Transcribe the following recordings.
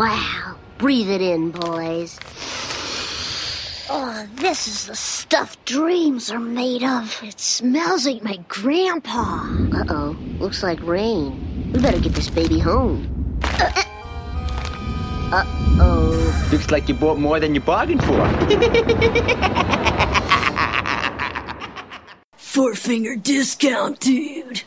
Wow. Breathe it in, boys. Oh, this is the stuff dreams are made of. It smells like my grandpa. Uh oh. Looks like rain. We better get this baby home. Uh oh. Looks like you bought more than you bargained for. Four finger discount, dude.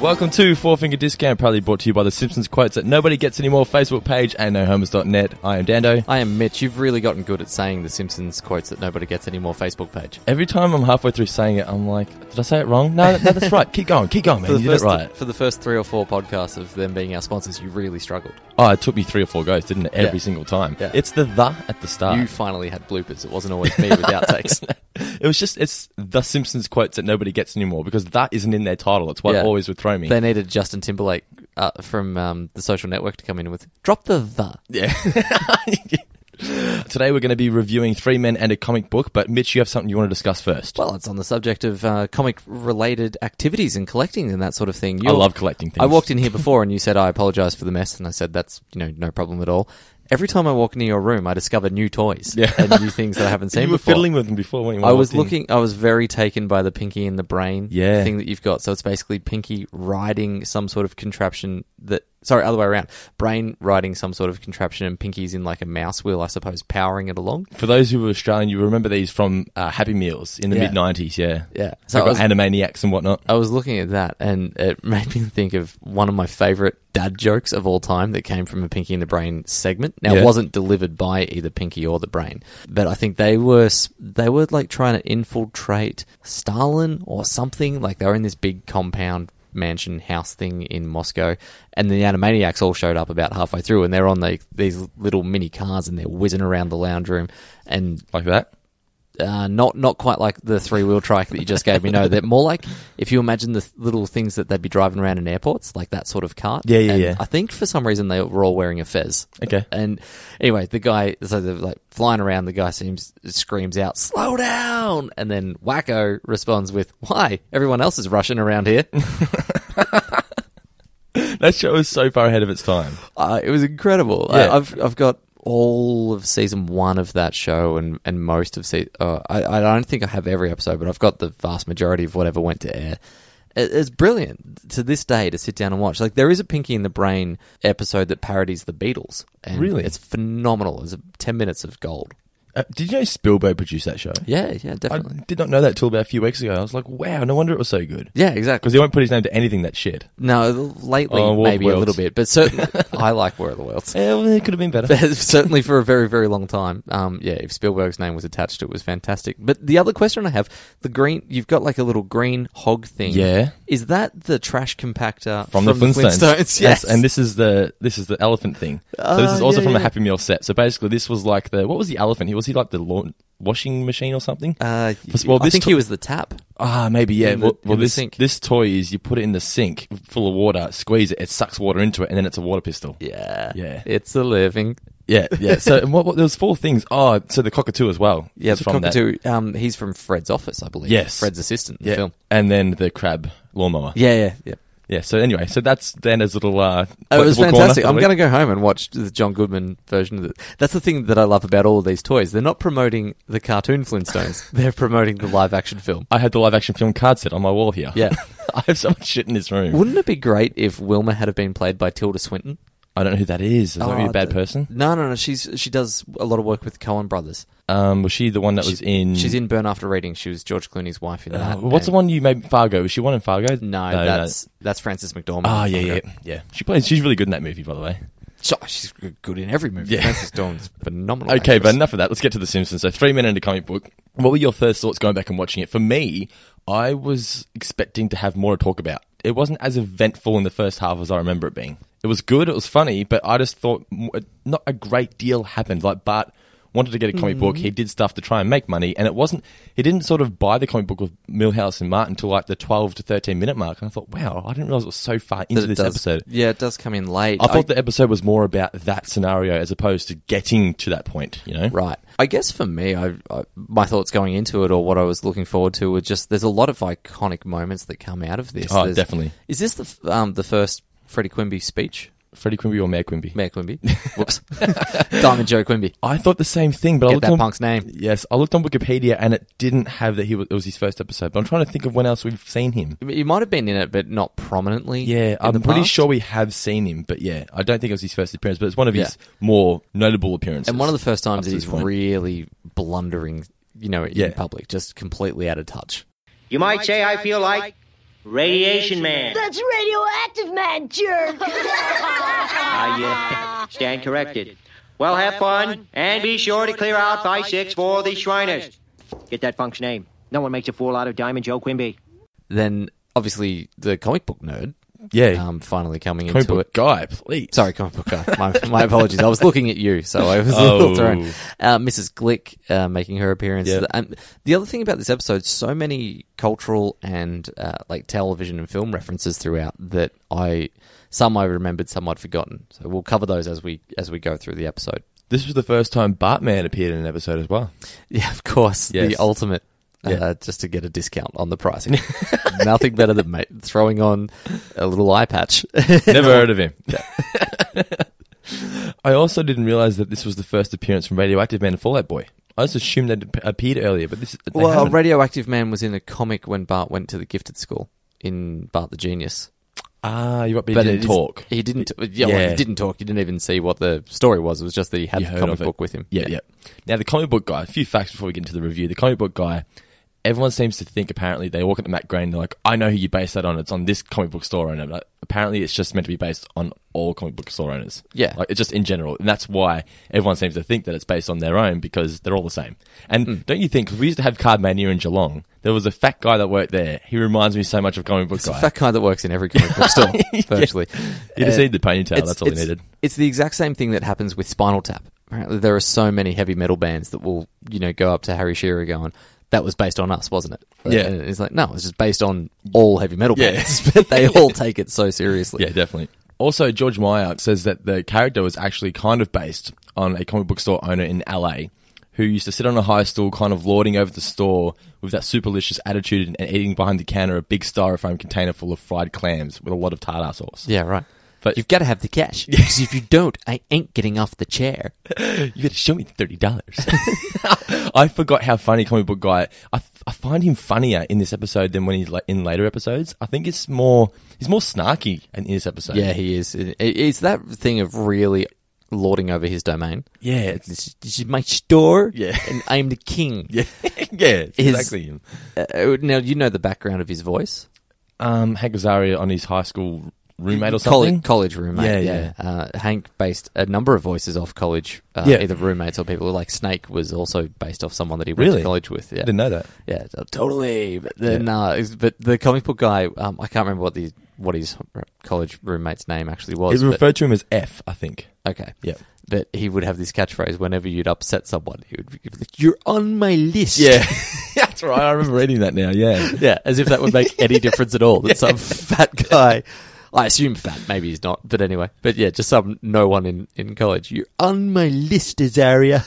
Welcome to Four Finger Discount, proudly brought to you by the Simpsons quotes that nobody gets anymore Facebook page and nohomers.net. I am Dando. I am Mitch. You've really gotten good at saying the Simpsons quotes that nobody gets anymore Facebook page. Every time I'm halfway through saying it, I'm like, did I say it wrong? No, no that's right. Keep going, keep going, man. You did it first, right. for the first three or four podcasts of them being our sponsors, you really struggled. Oh, it took me three or four goes, didn't it? Every Yeah. single time. Yeah. It's the the at the start. You finally had bloopers. It wasn't always me with outtakes. it was just, it's the Simpsons quotes that nobody gets anymore because that isn't in their title. It's what Yeah. always would throw me. they needed Justin Timberlake uh, from um, the social network to come in with drop the the. yeah. Today we're going to be reviewing Three Men and a comic book, but Mitch, you have something you want to discuss first. Well, it's on the subject of uh, comic related activities and collecting and that sort of thing. I love collecting things. I walked in here before and you said I apologize for the mess and I said that's you know no problem at all. Every time I walk into your room, I discover new toys Yeah. and new things that I haven't seen you were before. fiddling with them before. When you I was walked in. looking. I was very taken by the Pinky and the Brain Yeah. thing that you've got. So it's basically Pinky riding some sort of contraption that. Sorry, other way around. Brain riding some sort of contraption, and Pinky's in like a mouse wheel, I suppose, powering it along. For those who were Australian, you remember these from uh, Happy Meals in the Yeah. mid '90s. Yeah, Yeah. So So I got was- Animaniacs and whatnot. I was looking at that, and it made me think of one of my favorite dad jokes of all time that came from a Pinky and the Brain segment. Now, Yeah. it wasn't delivered by either Pinky or the Brain, but I think they were s- they were like trying to infiltrate Stalin or something. Like they were in this big compound mansion house thing in Moscow, and the Animaniacs all showed up about halfway through, and they're on like these little mini cars, and they're whizzing around the lounge room, and Like that. uh, not not quite like the three wheel trike that you just gave me. No, they're more like if you imagine the th- little things that they'd be driving around in airports, like that sort of cart. Yeah, yeah, And yeah. I think for some reason they were all wearing a fez. Okay. And anyway, the guy so they're like flying around. The guy seems screams out, "Slow down!" And then Wacko responds with, "Why? Everyone else is rushing around here." That show was so far ahead of its time. Uh, it was incredible. Yeah. I, I've I've got all of season one of that show and, and most of season. Uh, I I don't think I have every episode, but I've got the vast majority of whatever went to air. It, it's brilliant to this day to sit down and watch. Like there is a Pinky in the Brain episode that parodies the Beatles. And Really? it's phenomenal. It's uh, ten minutes of gold. Uh, did you know Spielberg produced that show? Yeah, yeah, I definitely. did not know that till about a few weeks ago. I was like, wow, no wonder it was so good. yeah, exactly. Because he won't put his name to anything that shit. No, lately Oh, War of the maybe a Worlds. little bit, but certainly I like War of the Worlds. Eh, well, it could have been better. certainly for a very very long time um, yeah if spielberg's name was attached it was fantastic but the other question i have the green you've got like a little green hog thing Yeah. is that the trash compactor from, the Flintstones. Flintstones? yes and this is the this is the elephant thing. so this is Ah, also yeah, from a yeah. Happy Meal set. So basically, this was like the what was the elephant? He was he like the lawn, washing machine or something? uh, First of all, i this think to- he was the tap Ah, maybe yeah. In the- well, well, in the this sink. this toy is you put it in the sink full of water, squeeze it, it sucks water into it, and then it's a water pistol. yeah Yeah. it's a living yeah. yeah. So and what, what there was four things. Oh, so the cockatoo as well. yeah is the from that. cockatoo um, he's from fred's office i believe Yes. fred's assistant in Yeah, the film and then the crab lawnmower. yeah yeah yeah Yeah. So anyway, so that's Dander's little. Uh, Oh, it was collectible corner fantastic. for I'm the going to week. go home and watch the John Goodman version of it. That's the thing that I love about all of these toys. They're not promoting the cartoon Flintstones. They're promoting the live action film. I had the live action film card set on my wall here. Yeah. I have so much shit in this room. Wouldn't it be great if Wilma had have been played by Tilda Swinton? I don't know who that is. Is that maybe a Oh, bad the- person? No, no, no. She's she does a lot of work with Cohen Brothers. Um, was she the one that was in? She's in Burn After Reading. She was George Clooney's wife in Hmm. Uh, that. what's the and- one you made? Fargo. Was she one in Fargo? No, no. that's that's Frances McDormand. Ah, yeah, yeah, yeah. She plays. She's really good in that movie, by the way. So- oh, She's good in every movie. Yeah. Frances McDormand's phenomenal. Okay, actress. but enough of that. Let's get to The Simpsons. So, three men into comic book. What were your first thoughts going back and watching it? For me, I was expecting to have more to talk about. It wasn't as eventful in the first half as I remember it uh, being. It was good, it was funny, but I just thought m- not a great deal happened. Like Bart wanted to get a comic book. Mm. He did stuff to try and make money, and it wasn't. He didn't sort of buy the comic book with Millhouse and Martin until like the twelve to thirteen minute mark. And I thought, wow, I didn't realize it was so far into That it this does- episode. Yeah, it does come in late. I thought the episode was more about that scenario as opposed to getting to that point. You know, Right. I guess for me, I, I my thoughts going into it or what I was looking forward to were just there's a lot of iconic moments that come out of this. Oh, There's- definitely. Is this the f- um, the first Freddie Quimby speech? Freddie Quimby or Mayor Quimby? Mayor Quimby. Whoops. Diamond Joe Quimby. I thought the same thing, but I Get looked that on, punk's name. Yes, I looked on Wikipedia and it didn't have that he was, it was his first episode. But I'm trying to think of when else we've seen him. You might have been in it, but not prominently. Yeah, in the I'm pretty past. sure we have seen him, but yeah, I don't think it was his first appearance, but it's one of his Yeah. more notable appearances. And one of the first up times to that this he's point. really blundering, you know, in Yeah. public, just completely out of touch. You might say I feel like Radiation Man. That's radioactive man jerk. I uh, stand corrected. Well, have fun, and be sure to clear out by six for the Shriners. Get that funk's name. No one makes a fool out of Diamond Joe Quimby. Then, obviously, the comic book nerd yeah, um, finally coming comic into book it. guy, please. Sorry, comic book guy. My, my apologies. I was looking at you, so I was a Oh. little thrown. Uh, Mrs. Glick uh, making her appearance. Yeah. And the other thing about this episode, so many cultural and uh, like television and film references throughout that I some I remembered, some I'd forgotten. So we'll cover those as we as we go through the episode. This was the first time Batman appeared in an episode as well. Yeah, of course. Yes. The ultimate. Yeah. Uh, just to get a discount on the pricing. Nothing better than mate, throwing on a little eye patch. Never heard of him. I also didn't realize that this was the first appearance from Radioactive Man and Fallout Boy. I just assumed they'd ap- appeared earlier, but this they well, haven't. Radioactive Man was in a comic when Bart went to the gifted school in Bart the Genius. ah, you're right, but he didn't it is- talk. He didn't. Yeah, well, Yeah. he didn't talk. You didn't even see what the story was. It was just that he had You the heard comic of it. book with him. Yeah, yeah, Now, the comic book guy, a few facts before we get into the review. The comic book guy, everyone seems to think apparently they walk up to Matt Gray and they're like, I know who you base that on. It's on this comic book store owner. But apparently, it's just meant to be based on all comic book store owners. Yeah. Like, it's just in general. And that's why everyone seems to think that it's based on their own because they're all the same. And Hmm. don't you think, 'cause we used to have Card Mania in Geelong, there was a fat guy that worked there. He reminds me so much of comic book It's a guy. fat guy that works in every comic book store, virtually. He just Uh, needed the ponytail. That's all he it's- needed. It's the exact same thing that happens with Spinal Tap. Apparently, there are so many heavy metal bands that will, you know, go up to Harry Shearer going, "That was based on us, wasn't it?" Yeah. and it's like, no, it's just based on all heavy metal Yeah. bands, but they all take it so seriously. Yeah, definitely. Also, George Meyer says that the character was actually kind of based on a comic book store owner in LA who used to sit on a high stool, kind of lording over the store with that superlicious attitude and eating behind the counter a big styrofoam container full of fried clams with a lot of tartar sauce. Yeah, right. But- But you've got to have the cash because if you don't, I ain't getting off the chair. You gotta show me $30. I forgot how funny comic book guy. I, I find him funnier in this episode than when he's like in later episodes. I think it's more, he's more snarky in this episode. Yeah, he is. It- It's that thing of really lording over his domain. Yeah. It's, This, this is my store, Yeah. and I'm the king. yeah. yeah. It's His- exactly him. Uh, now you know the background of his voice. um, Hank Azaria on his high school roommate or something. College, college roommate. Yeah, Yeah, Uh, Hank based a number of voices off college, uh, Yeah. either roommates or people. Like Snake was also based off someone that he went Really? to college with. Yeah, I didn't know that. Yeah, t- totally. But then, uh, it's- but the comic book guy, um, I can't remember what the what his college roommate's name actually was. It but- referred to him as F, I think. Okay. Yeah. But he would have this catchphrase whenever you'd upset someone. He would be like, "You're on my list." that's right. I remember reading that now. Yeah. yeah. As if that would make any difference at all. That some fat guy, I assume fat, maybe he's not, but anyway. But yeah, just some no one in in college. You're on my list, Azaria.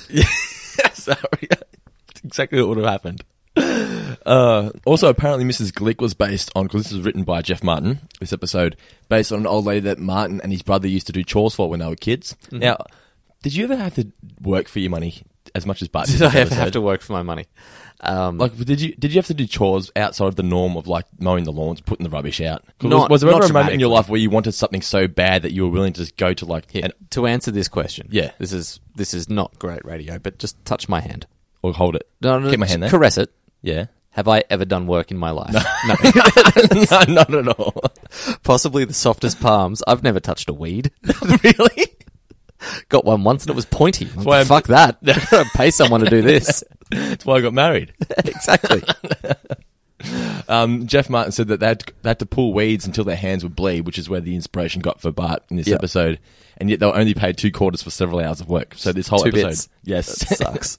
Sorry. That's exactly what would have happened. Uh, also, apparently, Mrs. Glick was based on, because this was written by Jeff Martin, this episode, based on an old lady that Martin and his brother used to do chores for when they were kids. Now, did you ever have to work for your money as much as Bart in Did I this have, have episode? to work for my money? Um, Like, did you did you have to do chores outside of the norm of like mowing the lawns, putting the rubbish out? 'Cause Not- was, was there not ever a moment in your dramatically. life where you wanted something so bad that you were willing to just go to like Here, and, to answer this question, Yeah. this is this is not great radio, but just touch my hand. or hold it? No, no, keep my just hand there. Caress it. Yeah, Have I ever done work in my life? No. no, not at all. Possibly the softest palms. I've never touched a weed. really? Got one once and it was pointy. I'm why like, I'm- Fuck that. I'm gonna pay someone to do this. That's why I got married. exactly. Um, Jeff Martin said that they had, to, they had to pull weeds until their hands would bleed, which is where the inspiration got for Bart in this Yep. episode. And yet they were only paid two quarters for several hours of work. So this whole Two episode, bits. yes, That sucks.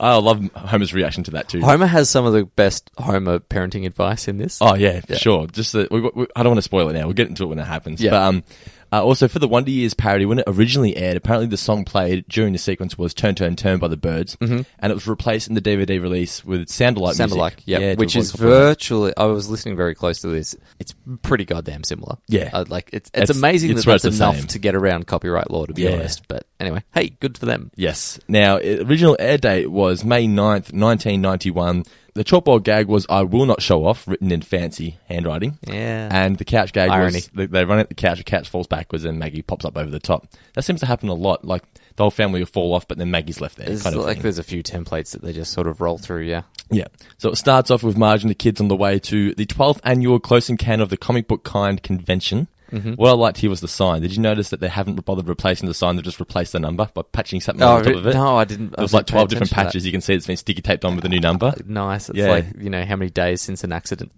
I love Homer's reaction to that too. Homer has some of the best Homer parenting advice in this. Oh yeah, for sure. Just the, we, we, I don't want to spoil it now. We'll get into it when it happens. Yeah. But um, uh, also for the Wonder Years parody, when it originally aired, apparently the song played during the sequence was "Turn Turn Turn" by the Birds, Mm-hmm. and it was replaced in the DVD release with "Soundalike." music. Sound alike, yep, to which avoid is copyright. virtually. I was listening very close to this. It's pretty goddamn similar. Yeah. Uh, like it's it's, It's- amazing it's that that's right, it's the enough same. to get around copyright law. To be Yeah. honest, but anyway, hey, good for them. Yes. Now, i- original air date was May 9th, 1991. The chalkboard gag was I Will Not Show Off, written in fancy handwriting. Yeah. And the couch gag Irony. was they, they run at the couch, the couch falls backwards, and Maggie pops up over the top. That seems to happen a lot. Like, the whole family will fall off, but then Maggie's left there. There's kind of like thing. there's a few templates that they just sort of roll through. Yeah, Yeah. So it starts off with Marge and the kids on the way to the 12th annual Close Encounter of the Comic Book Kind convention. Mm-hmm. What I liked here was the sign. Did you notice that they haven't bothered replacing the sign? They've just replaced the number by patching something Oh, on top re- of it. no, I didn't- I There was wasn't like 12 paying different attention to patches. that. You can see it's been sticky taped on with a new number. nice. It's Yeah. like you know how many days since an accident.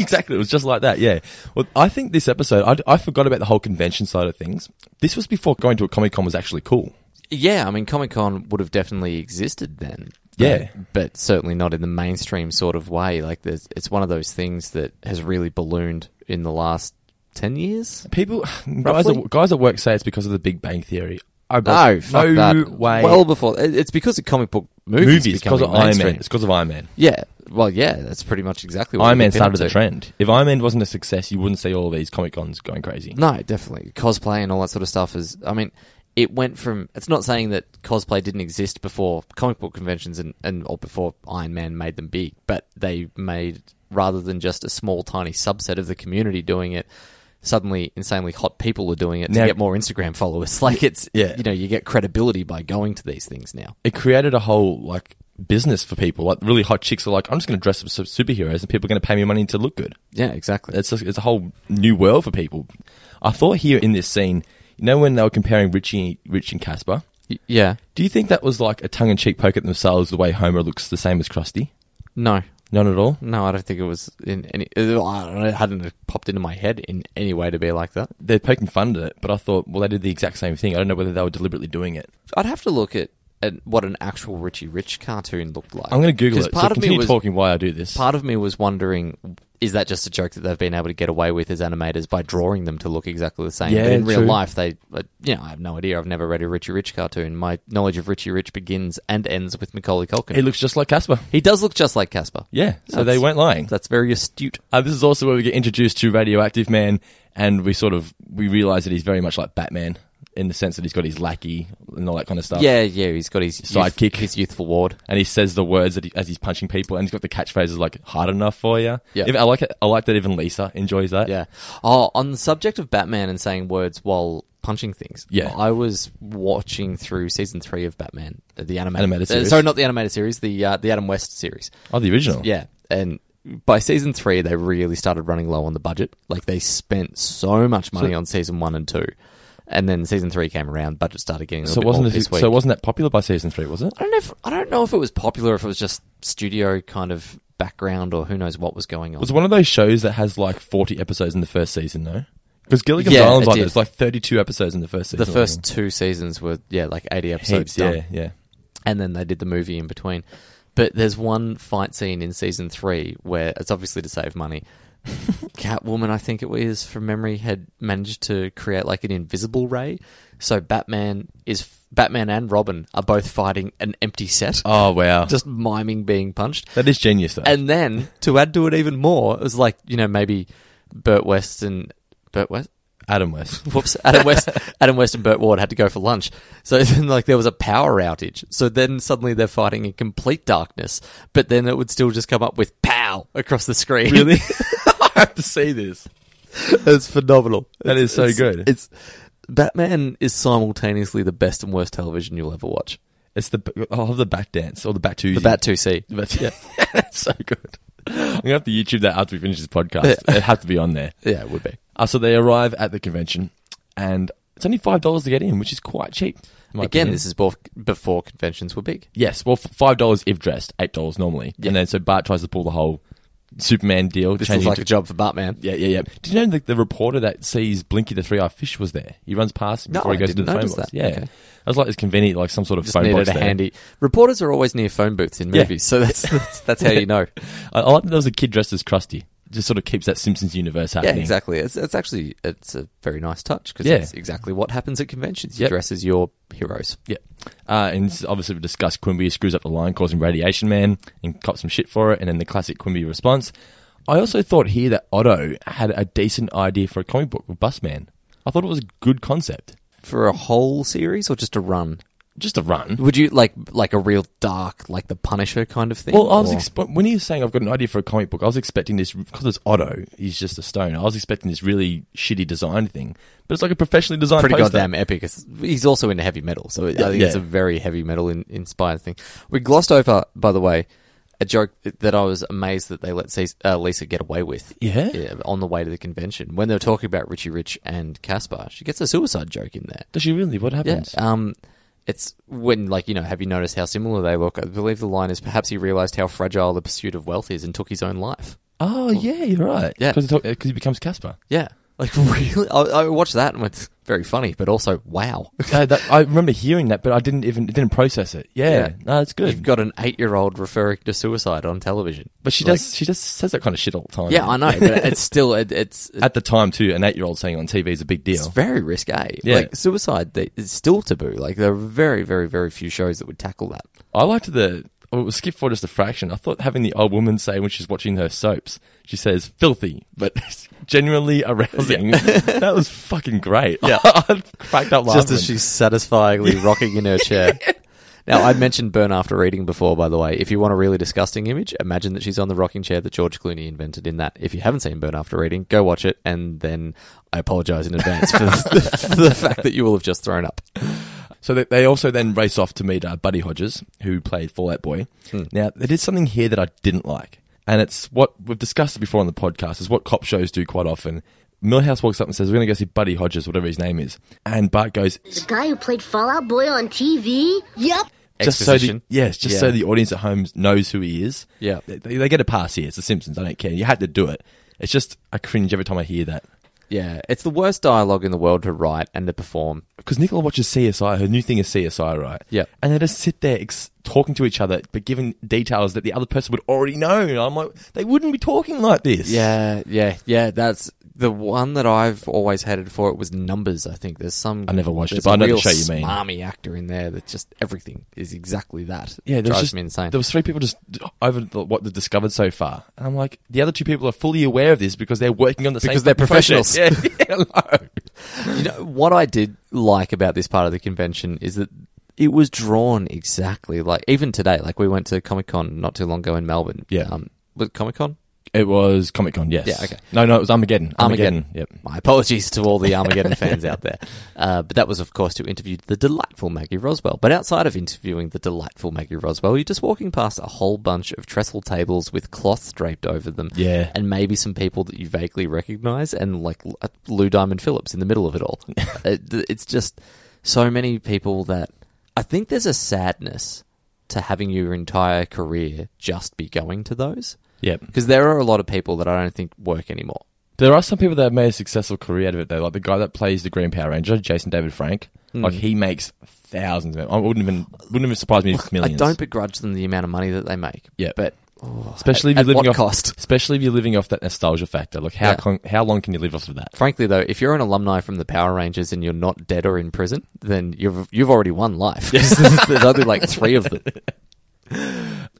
exactly. It was just like that. Yeah. Well, I think this episode, I, I forgot about the whole convention side of things. This was before going to a Comic Con was actually cool. Yeah, I mean, Comic Con would have definitely existed then. Yeah. But, but certainly not in the mainstream sort of way. Like, there's, it's one of those things that has really ballooned in the last 10 years. People, guys Roughly? at, guys at work say it's because of the Big Bang Theory. I- No, fuck no that. way. Well, before. it- It's because of comic book movies. movies because becoming of Iron Man. mainstream. It's because of Iron Man. Yeah. Well, yeah, that's pretty much exactly what Iron we've Man been started up the to. trend. If Iron Man wasn't a success, you wouldn't see all these Comic Cons going crazy. No, definitely. Cosplay and all that sort of stuff is. I mean, it went from. It's not saying that cosplay didn't exist before comic book conventions and, and or before Iron Man made them big, but they made rather than just a small, tiny subset of the community doing it. Suddenly, insanely hot people are doing it to Now- get more Instagram followers. Like it's, Yeah. you know, you get credibility by going to these things now. It created a whole like business for people. Like really hot chicks are like, I'm just going to dress up as superheroes, and people are going to pay me money to look good. Yeah, exactly. It's a, it's a whole new world for people. I thought here in this scene, you know, when they were comparing Richie, Rich and Casper, Y- yeah. do you think that was like a tongue in cheek poke at themselves? The way Homer looks the same as Krusty. No, None at all. no, I don't think it was in any. I don't know, it hadn't popped into my head in any way to be like that. They're poking fun at it, but I thought, well, they did the exact same thing. I don't know whether they were deliberately doing it. I'd have to look at, at what an actual Richie Rich cartoon looked like. I'm going to Google 'Cause it. so Part of me continue was talking why I do this. part of me was wondering. Is that just a joke that they've been able to get away with as animators by drawing them to look exactly the same? but Yeah, in real true. life, they, uh, you know, I have no idea. I've never read a Richie Rich cartoon. My knowledge of Richie Rich begins and ends with Macaulay Culkin. He looks just like Casper. he does look just like Casper. Yeah, so That's- they weren't lying. That's very astute. Uh, this is also where we get introduced to Radioactive Man, and we sort of we realize that he's very much like Batman in the sense that he's got his lackey and all that kind of stuff. Yeah, yeah. He's got his youth- Sidekick. his youthful ward. and he says the words that he, as he's punching people, and he's got the catchphrases like "hard enough for you." Yeah. I like it. I like that even Lisa enjoys that. Yeah. Oh, on the subject of Batman and saying words while punching things. Yeah. I was watching through season three of Batman, uh, the animated, Animated uh, series. sorry, not the animated series, the uh, the Adam West series. Oh, the original. Yeah, and by season three, they really started running low on the budget. Like they spent so much money on season one and two, and then season three came around, budget started getting a So little it bit wasn't more it, this week. so it wasn't that popular by season three, was it? I don't know. If, I don't know if it was popular, if it was just studio kind of background, or who knows what was going It on. was one of those shows that has like forty episodes in the first season, though. Because Gilligan's Yeah, Island's it like did. there's like thirty-two episodes in the first season. the or first something. two seasons were yeah like 80 heaps. episodes done. Yeah, yeah. and then they did the movie in between. But there's one fight scene in season three where it's obviously to save money. Catwoman, I think it was from memory, had managed to create like an invisible ray, so Batman is Batman and Robin are both fighting an empty set, Oh wow, just miming being punched. that is genius though. And then to add to it even more, it was like you know maybe Burt West and Burt West. Adam West. Whoops, Adam West, Adam West and Burt Ward had to go for lunch. So then, like, there was a power outage. So then suddenly they're fighting in complete darkness, but then it would still just come up with pow across the screen. Really? I have to see this. it's phenomenal. That is so It's- good. It's Batman is simultaneously the best and worst television you'll ever watch. It's the I'll have the back dance or the back two. The Bat 2C. The bat. Yeah, that's so good. I'm gonna have to YouTube that after we finish this podcast. it has to be on there. Yeah, it would be. Uh, so they arrive at the convention, and it's only five dollars to get in, which is quite cheap. in my Again, opinion. this is bef- before conventions were big. yes. Well, f- five dollars if dressed, eight dollars normally, Yeah. and then so Bart tries to pull the whole Superman deal. This changing looks like to- a job for Batman. Yeah, yeah, yeah. Did you know that the reporter that sees Blinky the Three Eyed Fish was there? He runs past him No, before he I goes into didn't the phone notice box. that. Yeah, Okay. I was like, it's convenient, like some sort of Just phone box needed a there. handy. Reporters are always near phone booths in Yeah. movies, so that's that's, that's how you know. I, I like that there was a kid dressed as Krusty. Just sort of keeps that Simpsons universe Yeah, happening. exactly. It's, it's actually it's a very nice touch because Yeah. it's exactly what happens at conventions. You Yep. dress as your heroes. Yeah. Uh, and s- obviously, we discussed Quimby screws up the line, causing Radiation Man, and cops some shit for it, and then the classic Quimby response. I also thought here that Otto had a decent idea for a comic book with Busman. I thought it was a good concept. for a whole series or just a run? Just a run. Would you like like a real dark, like the Punisher kind of thing? Well, I was Or- exp- when he was saying I've got an idea for a comic book, I was expecting this because it's Otto. He's just a stone. I was expecting this really shitty design thing, but it's like a professionally designed. pretty poster. goddamn epic. It's- He's also into heavy metal, so I think it's a yeah. very heavy metal in- inspired thing. We glossed over, by the way, a joke that I was amazed that they let Cis- uh, Lisa get away with. Yeah? on the way to the convention when they were talking about Richie Rich and Caspar, she gets a suicide joke in there. Does she really? What Yeah. happens? Um, it's when, like, you know, have you noticed how similar they look? I believe the line is perhaps he realized how fragile the pursuit of wealth is and took his own life. oh yeah, you're right. Yeah. because he becomes Casper. Yeah. Like, really? I, I watched that and went, very funny, but also, wow. Uh, that, I remember hearing that, but I didn't even didn't process it. Yeah, Yeah. no, it's good. You've got an eight year old referring to suicide on television. but she Like- does she just says that kind of shit all the time. Yeah, I know, but it's still, it, it's. At the time too, an eight year old saying on TV is a big it's deal. very risque. Yeah. Like suicide they- it's still taboo. Like there are very, very, very few shows that would tackle that. I liked the. Oh, we'll skip forward just a fraction. I thought having the old woman say when she's watching her soaps, she says filthy, but genuinely arousing. that was fucking great. Yeah. I cracked up laughing. just as she's satisfyingly rocking in her chair. Now, I mentioned burn after reading before, by the way. If you want a really disgusting image, imagine that she's on the rocking chair that George Clooney invented in that. If you haven't seen burn after reading, go watch it, and then I apologize in advance for the, for the fact that you will have just thrown up. So they, they also then race off to meet uh, Buddy Hodges, who played Fallout Boy. Hmm. Now, there is something here that I didn't like, and it's what we've discussed before on the podcast. Is what cop shows do quite often. Millhouse walks up and says, "We're going to go see Buddy Hodges, whatever his name is," and Bart goes, The guy who played Fallout Boy on TV? Yep. just so the, Exposition. yes, just Yeah. so the audience at home knows who he is. Yeah. they, they get a pass here. It's The Simpsons. I don't care. You had to do it. It's just I cringe every time I hear that Yeah, it's the worst dialogue in the world to write and to perform. because Nicola watches CSI. Her new thing is CSI, right? Yeah. and they just sit there ex- talking to each other, but giving details that the other person would already know. And I'm like, they wouldn't be talking like this. Yeah, yeah, yeah. That's the one that I've always hated for. It was numbers. I think there's some. I never watched it, there's but a I know the real show you mean. Smarmy actor in there that just everything is exactly that. Yeah, there was drives just, me insane. There was three people just d- over the, what they've discovered so far, and I'm like, the other two people are fully aware of this because they're working on the Because same they're fucking project. professionals. Yeah, yeah, no. You know, what I did like about this part of the convention is that it was drawn exactly like even today. Like we went to Comic Con not too long ago in Melbourne. Yeah. um, was Comic Con It was Comic Con, yes. Yeah, okay. No, no, it was Armageddon. Armageddon. Yep. My apologies to all the Armageddon fans out there. Uh, but that was, of course, to interview the delightful Maggie Roswell. But outside of interviewing the delightful Maggie Roswell, you're just walking past a whole bunch of trestle tables with cloths draped over them. Yeah. And maybe some people that you vaguely recognize and like L- uh, Lou Diamond Phillips in the middle of it all. It- it's just so many people that I think there's a sadness to having your entire career just be going to those. Yep. Because there are a lot of people that I don't think work anymore. There are some people that have made a successful career out of it, though. Like the guy that plays the Green Power Ranger, Jason David Frank. Hmm. Like he makes thousands. Of, I wouldn't even wouldn't even surprise me if it's millions. I don't begrudge them the amount of money that they make. Yeah. but especially if at you're living what off, cost? Especially if you're living off that nostalgia factor. Like how Yeah. con- how long can you live off of that? frankly, though, if you're an alumni from the Power Rangers and you're not dead or in prison, then you've you've already won life. There's only like three of them.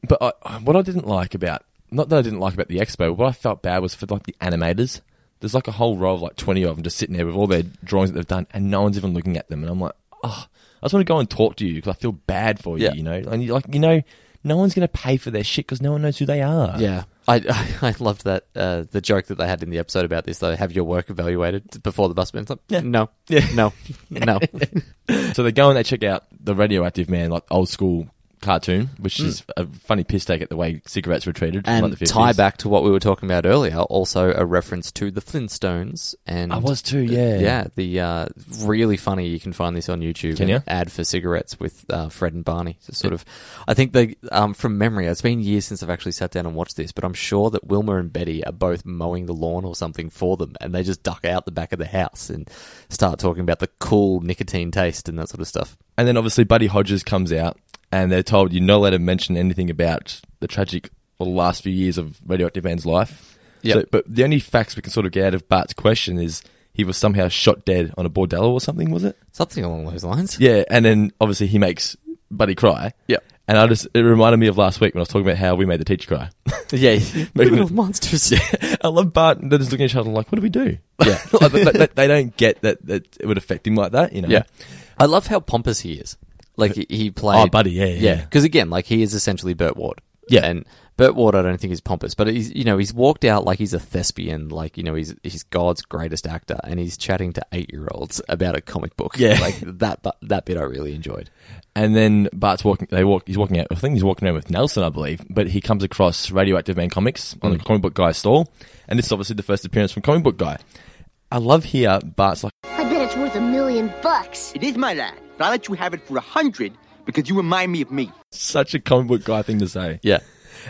But I- I, what I didn't like about not that I didn't like about the expo, what I felt bad was for like the animators. There's like a whole row of like 20 of them just sitting there with all their drawings that they've done, and no one's even looking at them. And I'm like, oh, I just want to go and talk to you because I feel bad for you, Yeah. you know. And you like, you know, no one's going to pay for their shit because no one knows who they are. Yeah. I, I, I loved that uh, the joke that they had in the episode about this though. Have your work evaluated before the bus man? It's like, No, Yeah. no, no. So they go and they check out the radioactive man, like old school cartoon, which is a funny piss take at the way cigarettes were treated. from, Mm. and like, the 50s. tie back to what we were talking about earlier, also a reference to the Flintstones. And I was too, yeah. yeah, the uh, really funny. You can find this on YouTube. Can an ya? Ad for cigarettes with uh, Fred and Barney. So sort of, I think they um, from memory. It's been years since I've actually sat down and watched this, but I'm sure that Wilma and Betty are both mowing the lawn or something for them, and they just duck out the back of the house and start talking about the cool nicotine taste and that sort of stuff. And then obviously Buddy Hodges comes out and they're told you're not allowed to mention anything about the tragic or the last few years of Radioactive Anne's life. Yep. So, but the only facts we can sort of get out of Bart's question is he was somehow shot dead on a bordello or something, was it? Something along those lines. Yeah, and then obviously he makes Buddy cry. Yep. And I just it reminded me of last week when I was talking about how we made the teacher cry. yeah, Maybe- little monsters. I love Bart. and They're just looking at each other like, "What do we do?" Yeah, they, they- they don't get that, that it would affect him like that. You know. Yeah. I love how pompous he is. Like he- he Oh, played. buddy, yeah, yeah, yeah. Because again, like he is essentially Burt Ward. Yeah. and Burt Ward, I don't think is pompous, but he's you know he's walked out like he's a thespian, like you know he's he's God's greatest actor, and he's chatting to eight year olds about a comic book. Yeah. like that. But that bit I really enjoyed. And then Bart's walking. They walk. He's walking out. I think he's walking around with Nelson, I believe. But he comes across Radioactive Man comics on Mm. the comic book guy stall, and this is obviously the first appearance from comic book guy. I love here Bart's like, I bet it's worth a million bucks. It is my lad, but I'll let you have it for a hundred because you remind me of me. such a comic book guy thing to say. Yeah,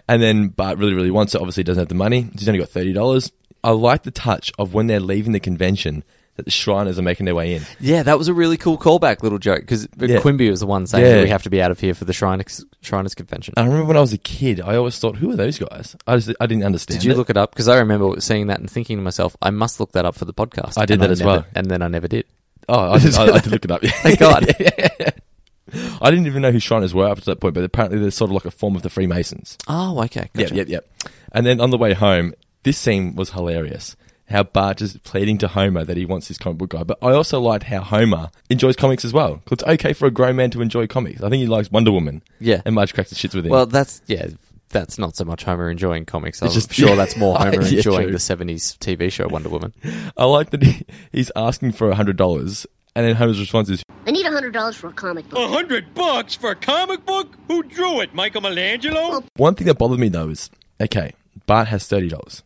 And then Bart really, really wants it. Obviously, he doesn't have the money. He's only got thirty dollars. I like the touch of when they're leaving the convention that the Shriners are making their way in. yeah, that was a really cool callback little joke because Yeah. Quimby was the one saying Yeah. that we have to be out of here for the Shriners Shriners convention. And I remember when I was a kid, I always thought, "Who are those guys?" I just, I didn't understand. Did you it. look it up? Because I remember seeing that and thinking to myself, I must look that up for the podcast. I did And that as never- well. and then I never did. Oh, I did, I, I did look it up. Thank God. I didn't even know who Shriners were up to that point, but apparently they're sort of like a form of the Freemasons. Oh, okay. Gotcha. Yep, yep, yep. And then on the way home, this scene was hilarious. How Bart is pleading to Homer that he wants his comic book guy. But I also liked how Homer enjoys comics as well. 'Cause It's okay for a grown man to enjoy comics. I think he likes Wonder Woman. Yeah. And Marge cracks the shits with him. Well, that's yeah. That's not so much Homer enjoying comics. I'm just- sure that's more Homer Yeah, enjoying true. the '70s TV show Wonder Woman. I like that he, he's asking for $100. And then Homer's response is, I need a hundred dollars for a comic book. A hundred bucks for a comic book? Who drew it, Michelangelo? One thing that bothered me though is okay, Bart has thirty dollars.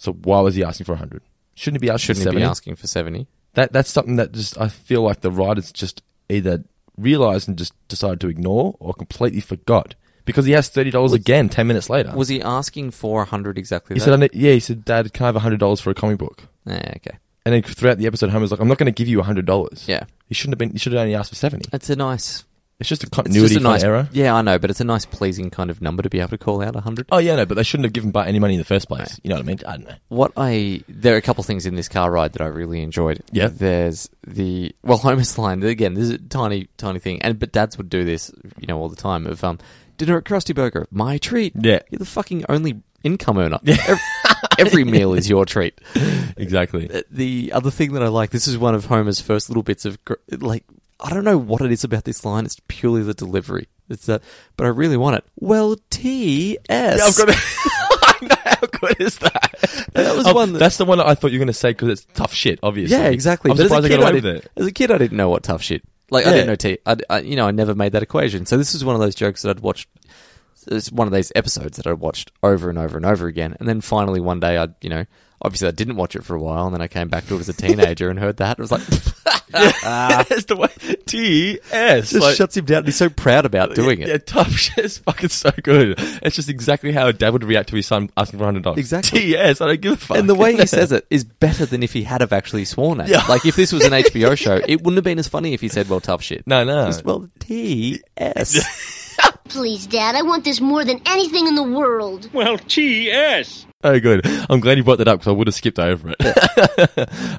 So why was he asking for a hundred? Shouldn't he be asking Hmm. Shouldn't for he be 70? asking for seventy? That that's something that just I feel like the writers just either realized and just decided to ignore or completely forgot because he has thirty dollars again ten minutes later. Was he asking for hundred exactly? he that? said, I need, "Yeah," he said, "Dad, can I have hundred dollars for a comic book?" Eh, okay. And then throughout the episode, Homer's like, "I'm not going to give you hundred dollars." Yeah. he shouldn't have been. He should have only asked for seventy. It's a nice. It's just a It's continuity just a nice. kind of error. Yeah, I know, but it's a nice, pleasing kind of number to be able to call out hundred. Oh yeah, no, but they shouldn't have given Bart any money in the first place. You know what I mean? I don't know. What I there are a couple things in this car ride that I really enjoyed. Yeah. there's the well Homer's line again. This is a tiny, tiny thing, and but dads would do this, you know, all the time. Of um, dinner at Krusty Burger, my treat. Yeah. you're the fucking only income earner. Every, every meal is your treat. Exactly. The other thing that I like, this is one of Homer's first little bits of gr- like, I don't know what it is about this line. It's purely the delivery. It's that, but I really want it. Well, T S. I've got. I know how good is that. that was Oh, one that- that's the one that I thought you were going to say because it's tough shit, obviously. Yeah, exactly. I'm But as a surprised I kid, got away with didn't- it. As a kid, I didn't know what tough shit. Like I Yeah. didn't know T. I, I, you know, I never made that equation. So this is one of those jokes that I'd watched. It's one of those episodes that I watched over and over and over again, and then finally one day I, you know, obviously I didn't watch it for a while, and then I came back to it as a teenager and heard that. It was like, That's the way. E T S. just shuts him down. He's so proud about doing it. Yeah, tough shit is fucking so good. It's just exactly how a dad would react to his son asking for hundred dollars. Exactly. T S. I don't give a fuck. And the way he says it is better than if he had have actually sworn at Yeah. it. Like if this was an HBO show, it wouldn't have been as funny if he said, "Well, tough shit." No, no. Just, well, T S. Please, Dad, I want this more than anything in the world. Well, T.S. Oh, good. I'm glad you brought that up because I would have skipped over it.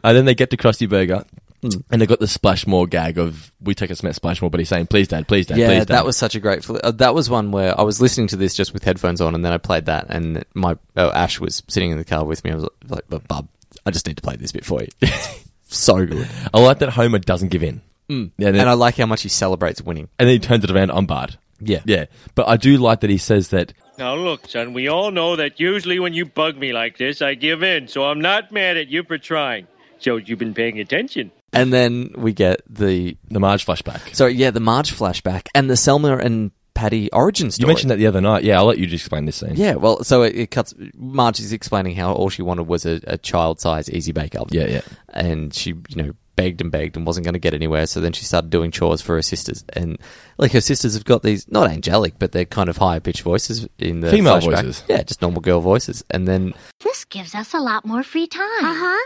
and then they get to Krusty Burger. Hmm. And they got the splash more gag of we take a smack splash more, but he's saying, "Please, Dad, please, Dad, yeah, please." Dad. that was such a great. fl- Uh, that was one where I was listening to this just with headphones on, and then I played that, and my oh, Ash was sitting in the car with me. I was like, "But bub, I just need to play this bit for you." It's so good, I like that Homer doesn't give in. Yeah, Hmm. and I like how much he celebrates winning. and then he turns it around on Bart. Yeah. Yeah. But I do like that he says that Now look, son, we all know that usually when you bug me like this, I give in, so I'm not mad at you for trying. Shows you've been paying attention. And then we get the the Marge flashback. so yeah, the Marge flashback and the Selma and Patty origin story. You mentioned that the other night. Yeah, I'll let you just explain this scene. Yeah, well, so it, it cuts. Marge is explaining how all she wanted was a, a child size easy bake oven. Yeah, yeah. And she, you know, begged and begged and wasn't going to get anywhere. So then she started doing chores for her sisters. And, like, her sisters have got these, not angelic, but they're kind of higher pitched voices in the. Female flashback. voices. Yeah, just normal girl voices. And then This gives us a lot more free time. Uh huh.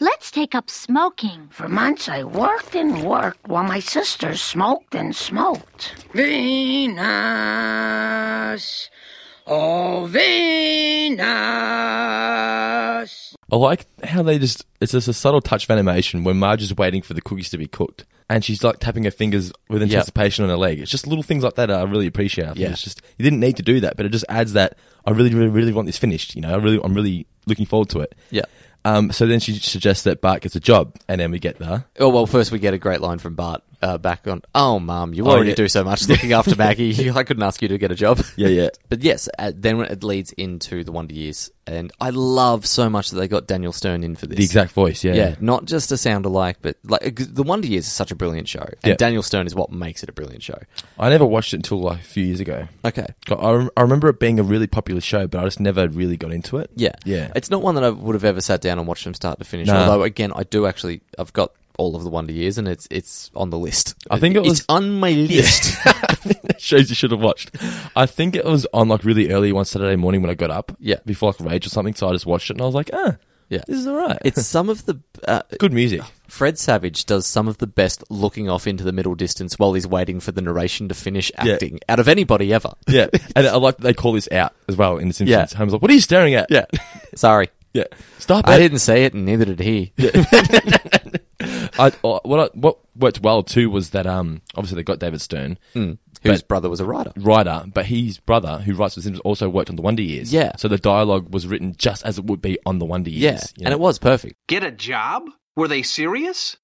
Let's take up smoking. For months I worked and worked while my sisters smoked and smoked. Venus! Oh, Venus! I like how they just, it's just a subtle touch of animation where Marge is waiting for the cookies to be cooked. And she's like tapping her fingers with anticipation on her leg. It's just little things like that I really appreciate. I think Yeah. It's just, you didn't need to do that, but it just adds that I really, really, really want this finished. You know, I really, I'm really looking forward to it. Yeah. Um, so then she suggests that Bart gets a job and then we get there. Oh well, first we get a great line from Bart uh, back on. Oh, mum, you Oh, already yeah. do so much looking after Maggie. I couldn't ask you to get a job. Yeah, yeah. But yes, uh, then it leads into the Wonder Years, and I love so much that they got Daniel Stern in for this. The exact voice. Yeah. Yeah, not just a sound alike, but like the Wonder Years is such a brilliant show, and Yeah. Daniel Stern is what makes it a brilliant show. I never watched it until like a few years ago. Okay, God, I, rem- I remember it being a really popular show, but I just never really got into it. yeah, Yeah. It's not one that I would have ever sat down and watched from start to finish. Nah. Although, again, I do actually, I've got all of the Wonder Years, and it's it's on the list. I think it was- it's on my list. shows you should have watched. I think it was on like really early one Saturday morning when I got up. Yeah. Before like Rage or something. So I just watched it and I was like, ah, Yeah. this is all right. It's some of the uh, good music. Fred Savage does some of the best looking off into the middle distance while he's waiting for the narration to finish Yeah. acting out of anybody ever. Yeah. And I like that they call this out as well in The Simpsons. Yeah. Homer's like, what are you staring at? Yeah. Sorry. Yeah. Stop I it. didn't say it and neither did he. I, uh, what, I, what worked well too was that um obviously they got David Stern, Whose But- brother was a writer. writer, but his brother who writes The Simpsons also worked on The Wonder Years. Yeah. So the dialogue was written just as it would be on The Wonder Years. Yeah. you know? And it was perfect. Get a job? Were they serious?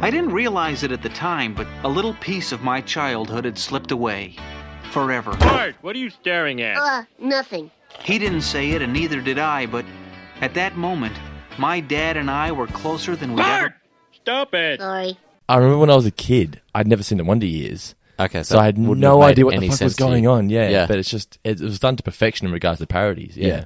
I didn't realize it at the time, but a little piece of my childhood had slipped away. Forever. Bart, what are you staring at? Uh, nothing. He didn't say it, and neither did I, but at that moment, my dad and I were closer than we Bart! ever. Stop it! Sorry. I remember when I was a kid, I'd never seen The Wonder Years. Okay. So I had wouldn't no have made idea what the any fuck sense was to you. going on. Yeah, Yeah. but it's just it, it was done to perfection in regards to parodies. Yeah. Yeah.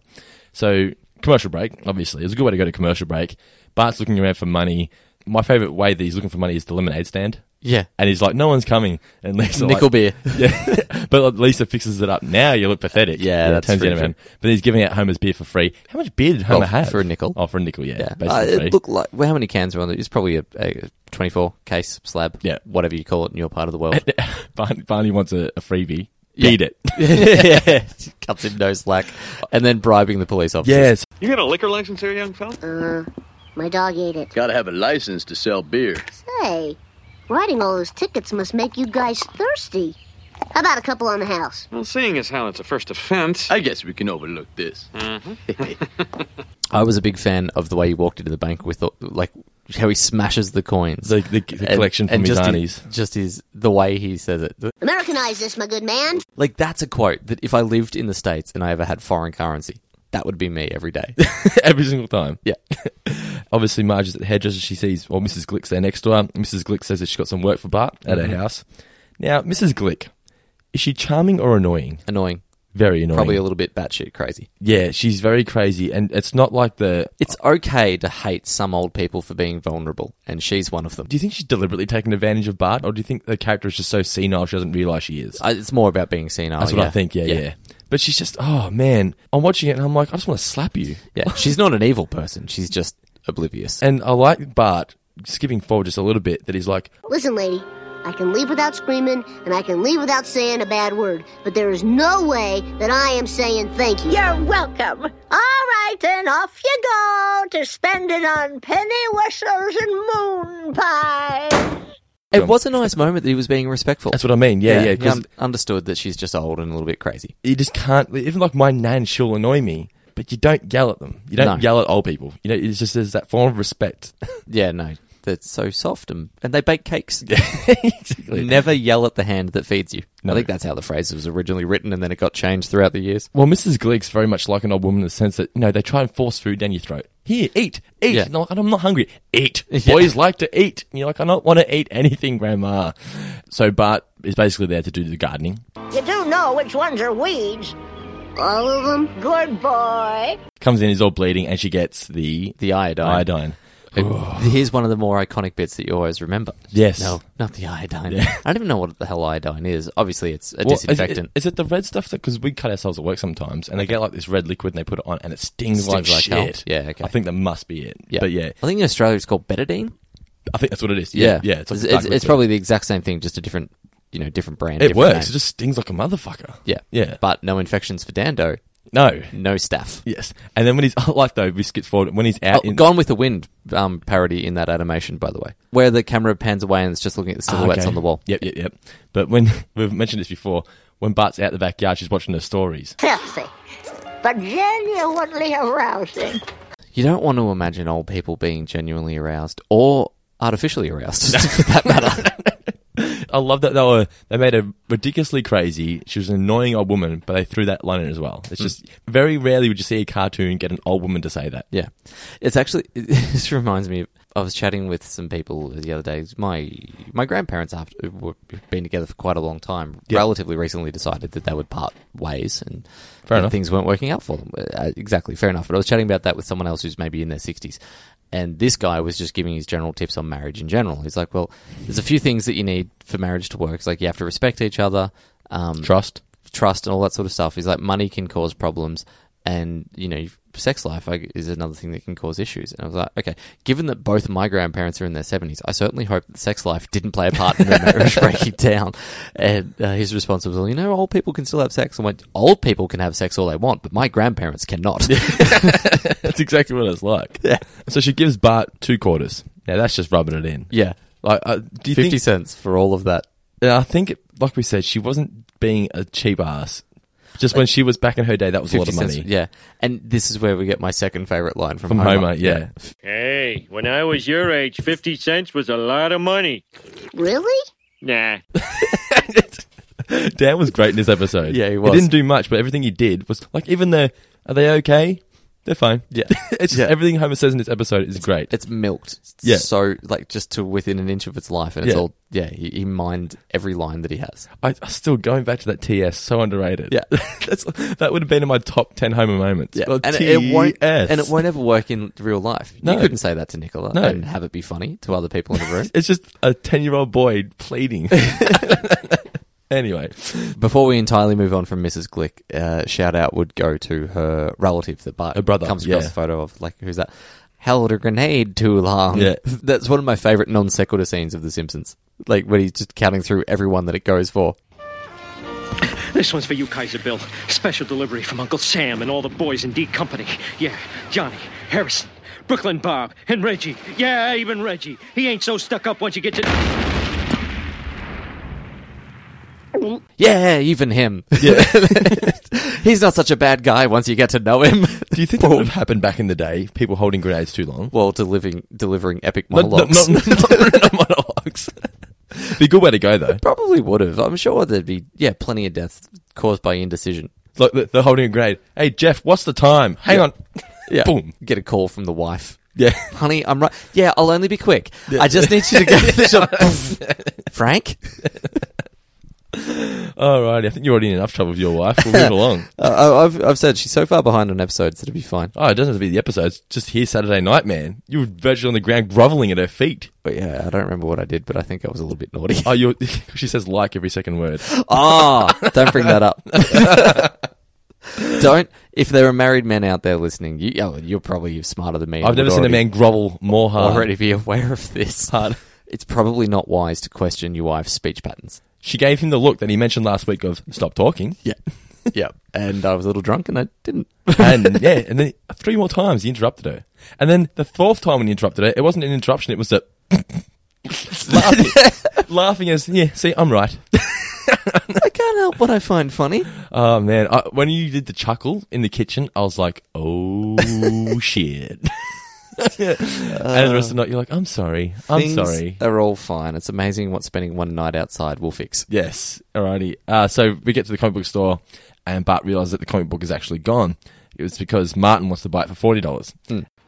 So commercial break, obviously, it's a good way to go to commercial break. Bart's looking around for money. My favorite way that he's looking for money is the lemonade stand, Yeah. and he's like, "No one's coming." And Lisa, Nickel like, beer. yeah, but Lisa fixes it up. Now you look pathetic. Yeah, that's turns pretty it around. But he's giving out Homer's beer for free. How much beer did Homer Well, have for a nickel. Oh, for a nickel, yeah, Yeah. basically Uh, free. it looked like, well, how many cans were on it? It's probably a, a 24 case slab. Yeah. Whatever you call it in your part of the world. Barney, Barney wants a, a freebie. Yeah. Beat it. Cuts him no slack. And then bribing the police officers. yes, You got a liquor license here, young fella? Uh, my dog ate it. Gotta have a license to sell beer. Say, writing all those tickets must make you guys thirsty. How about a couple on the house? Well, seeing as how it's a first offense. I guess we can overlook this. I was a big fan of the way he walked into the bank with the, like how he smashes the coins, the, the, the And- collection from and his just aunties. His, just his the way he says it, Americanize this, my good man. like that's a quote that if I lived in the states and I ever had foreign currency, that would be me every day. every single time. Yeah. Obviously, Marge is at the hairdresser. She sees, well, Mrs. Glick's there next to her. Mrs. Glick says that she's got some work for Bart at her house. Now, Mrs. Glick, is she charming or annoying? Annoying, Very annoying. probably a little bit batshit crazy. yeah, she's very crazy, and it's not like the. It's okay to hate some old people for being vulnerable, and she's one of them. Do you think she's deliberately taking advantage of Bart, or do you think the character is just so senile she doesn't realize she is? I- It's more about being senile. That's what I think. Yeah, yeah, But she's just, oh man, I'm watching it and I'm like, I just want to slap you. Yeah, She's not an evil person. She's just oblivious. And I like Bart skipping forward just a little bit that he's like, Listen, lady, I can leave without screaming, and I can leave without saying a bad word, but there is no way that I am saying thank you. You're welcome. All right, then off you go to spend it on penny whistles and moon pie. It was a nice moment that he was being respectful. that's what I mean. Yeah, yeah. he Because un- understood that she's just old and a little bit crazy. you just can't. Even like my nan, she'll annoy me, but you don't yell at them. You don't No. yell at old people. You know, it's just there's that form of respect. Yeah, no, that's so soft and and they bake cakes. exactly. Never yell at the hand that feeds you. No. I think that's how the phrase was originally written, and then it got changed throughout the years. Well, Mrs. Gleek's very much like an old woman in the sense that you know they try and force food down your throat. Here, eat, eat. Yeah. No, and I'm not hungry. Eat. Boys like to eat. And you're like, I don't want to eat anything, Grandma. So Bart is basically there to do the gardening. You do know which ones are weeds. All of them? Good boy. Comes in, he's all bleeding, and she gets the the iodine. Iodine. Here's one of the more iconic bits that you always remember. Yes. No, not the iodine. Yeah. I don't even know what the hell iodine is. Obviously, it's a Well, is it- disinfectant. Is, it the red stuff that because we cut ourselves at work sometimes, and they get like this red liquid and they put it on, and it stings, Stings like, like hell. shit. Yeah, okay. I think that must be it. Yeah. but yeah, I think in Australia it's called betadine. I think that's what it is. Yeah, yeah. It's, like it's, a dark it's liquid. probably the exact same thing, just a different, you know, different brand. It different works. name. It just stings like a motherfucker. yeah, yeah. But no infections for Dando. No, no staff. Yes, and then when he's I like though, we skipped forward when he's out. Oh, in, Gone with the Wind um, parody in that animation, by the way, where the camera pans away and it's just looking at the Ah, silhouettes okay. on the wall. Yep, yep, yep. But when we've mentioned this before, when Bart's out the backyard, she's watching her stories. Filthy. But genuinely arousing. You don't want to imagine old people being genuinely aroused or artificially aroused, for that matter. I love that they were they made her ridiculously crazy. She was an annoying old woman, but they threw that line in as well. It's Mm. just very rarely would you see a cartoon get an old woman to say that. Yeah, it's actually. It, this reminds me. of- I was chatting with some people the other day. My my grandparents, after were- been together for quite a long time, Yeah. relatively recently decided that they would part ways, and Fair that enough. things weren't working out for them. Uh, exactly, fair enough. But I was chatting about that with someone else who's maybe in their sixties. And this guy was just giving his general tips on marriage in general. He's like, "Well, there's a few things that you need for marriage to work. It's like you have to respect each other, um, trust, trust, and all that sort of stuff. He's like, money can cause problems, and you know, sex life like, is another thing that can cause issues. And I was like, okay, given that both of my grandparents are in their seventies, I certainly hope that sex life didn't play a part in their marriage breaking down. And uh, his response was, well, you know, old people can still have sex. I went, old people can have sex all they want, but my grandparents cannot. That's exactly what it's like. Yeah. So she gives Bart two quarters. Now that's just rubbing it in. Yeah. Like, uh, do you 50 think, cents for all of that. Yeah, I think, like we said, she wasn't being a cheap ass. Just when she was back in her day, that was a lot 50 of cents- money. Yeah. And this is where we get my second favorite line from, From Homer. Homer, yeah. Hey, when I was your age, 50 cents was a lot of money. Really? Nah. Dan was great in this episode. Yeah, he was. didn't do much, but everything he did was like, even the are they okay? They're fine. Yeah. it's just Yeah. everything Homer says in this episode is great. It's milked. Yeah. So, like, just to within an inch of its life. And it's Yeah. all, yeah, he, he mined every line that he has. I, I still going back to that TS, so underrated. Yeah. that's that would have been in my top ten Homer moments. Yeah. Well, and, TS. it won't, and it won't ever work in real life. No. You couldn't say that to Nicola No. and have it be funny to other people in the room. It's just a ten-year-old boy pleading. anyway, Before we entirely move on from Mrs. Glick, uh, shout out would go to her relative that Bart Her brother, comes across yeah. a photo of, like, who's that? Held a grenade too long. Yeah. That's one of my favorite non sequitur scenes of The Simpsons. Like, when he's just counting through everyone that it goes for. This one's for you, Kaiser Bill. Special delivery from Uncle Sam and all the boys in D Company. Yeah, Johnny, Harrison, Brooklyn Bob, and Reggie. Yeah, even Reggie. He ain't so stuck up once you get to. Yeah, even him. Yeah. He's not such a bad guy once you get to know him. Do you think that would have happened back in the day? People holding grenades too long. While delivering delivering epic Not- not- monologues. not- not monologues. Be a good way to go though. Probably would have. I'm sure there'd be yeah, plenty of deaths caused by indecision. Like they're- they're holding a grenade. Hey Jeff, what's the time? Hang Yeah. on. Yeah. Boom. Get a call from the wife. Yeah. Honey, I'm right. Yeah, I'll only be quick. I just need you to go to the shop. Frank? Alrighty, I think you're already in enough trouble with your wife. We'll move along. Uh, I- I've, I've said she's so far behind on episodes that it'd be fine. Oh, it doesn't have to be the episodes. Just here Saturday night, man. You were virtually on the ground groveling at her feet. But yeah, I don't remember what I did, but I think I was a little bit naughty. Oh, you she says like every second word. Ah, don't bring that up. don't. If there are married men out there listening, you, oh, you're probably smarter than me. and I've never would seen a already- man grovel more hard. already be aware of this. It's probably not wise to question your wife's speech patterns. She gave him the look that he mentioned last week of stop talking. Yeah. yeah. And I was a little drunk and I didn't. and yeah, and then three more times he interrupted her. And then the fourth time when he interrupted her, it wasn't an interruption, it was a laughing, laughing as, yeah, see, I'm right. I can't help what I find funny. Oh man, I, when you did the chuckle in the kitchen, I was like, "Oh shit!" and the rest of the night, you're like, "I'm sorry, I'm Things sorry." Are all fine. It's amazing what spending one night outside will fix. Yes, alrighty. Uh, so we get to the comic book store, and Bart realizes that the comic book is actually gone. It was because Martin wants to buy it for forty dollars.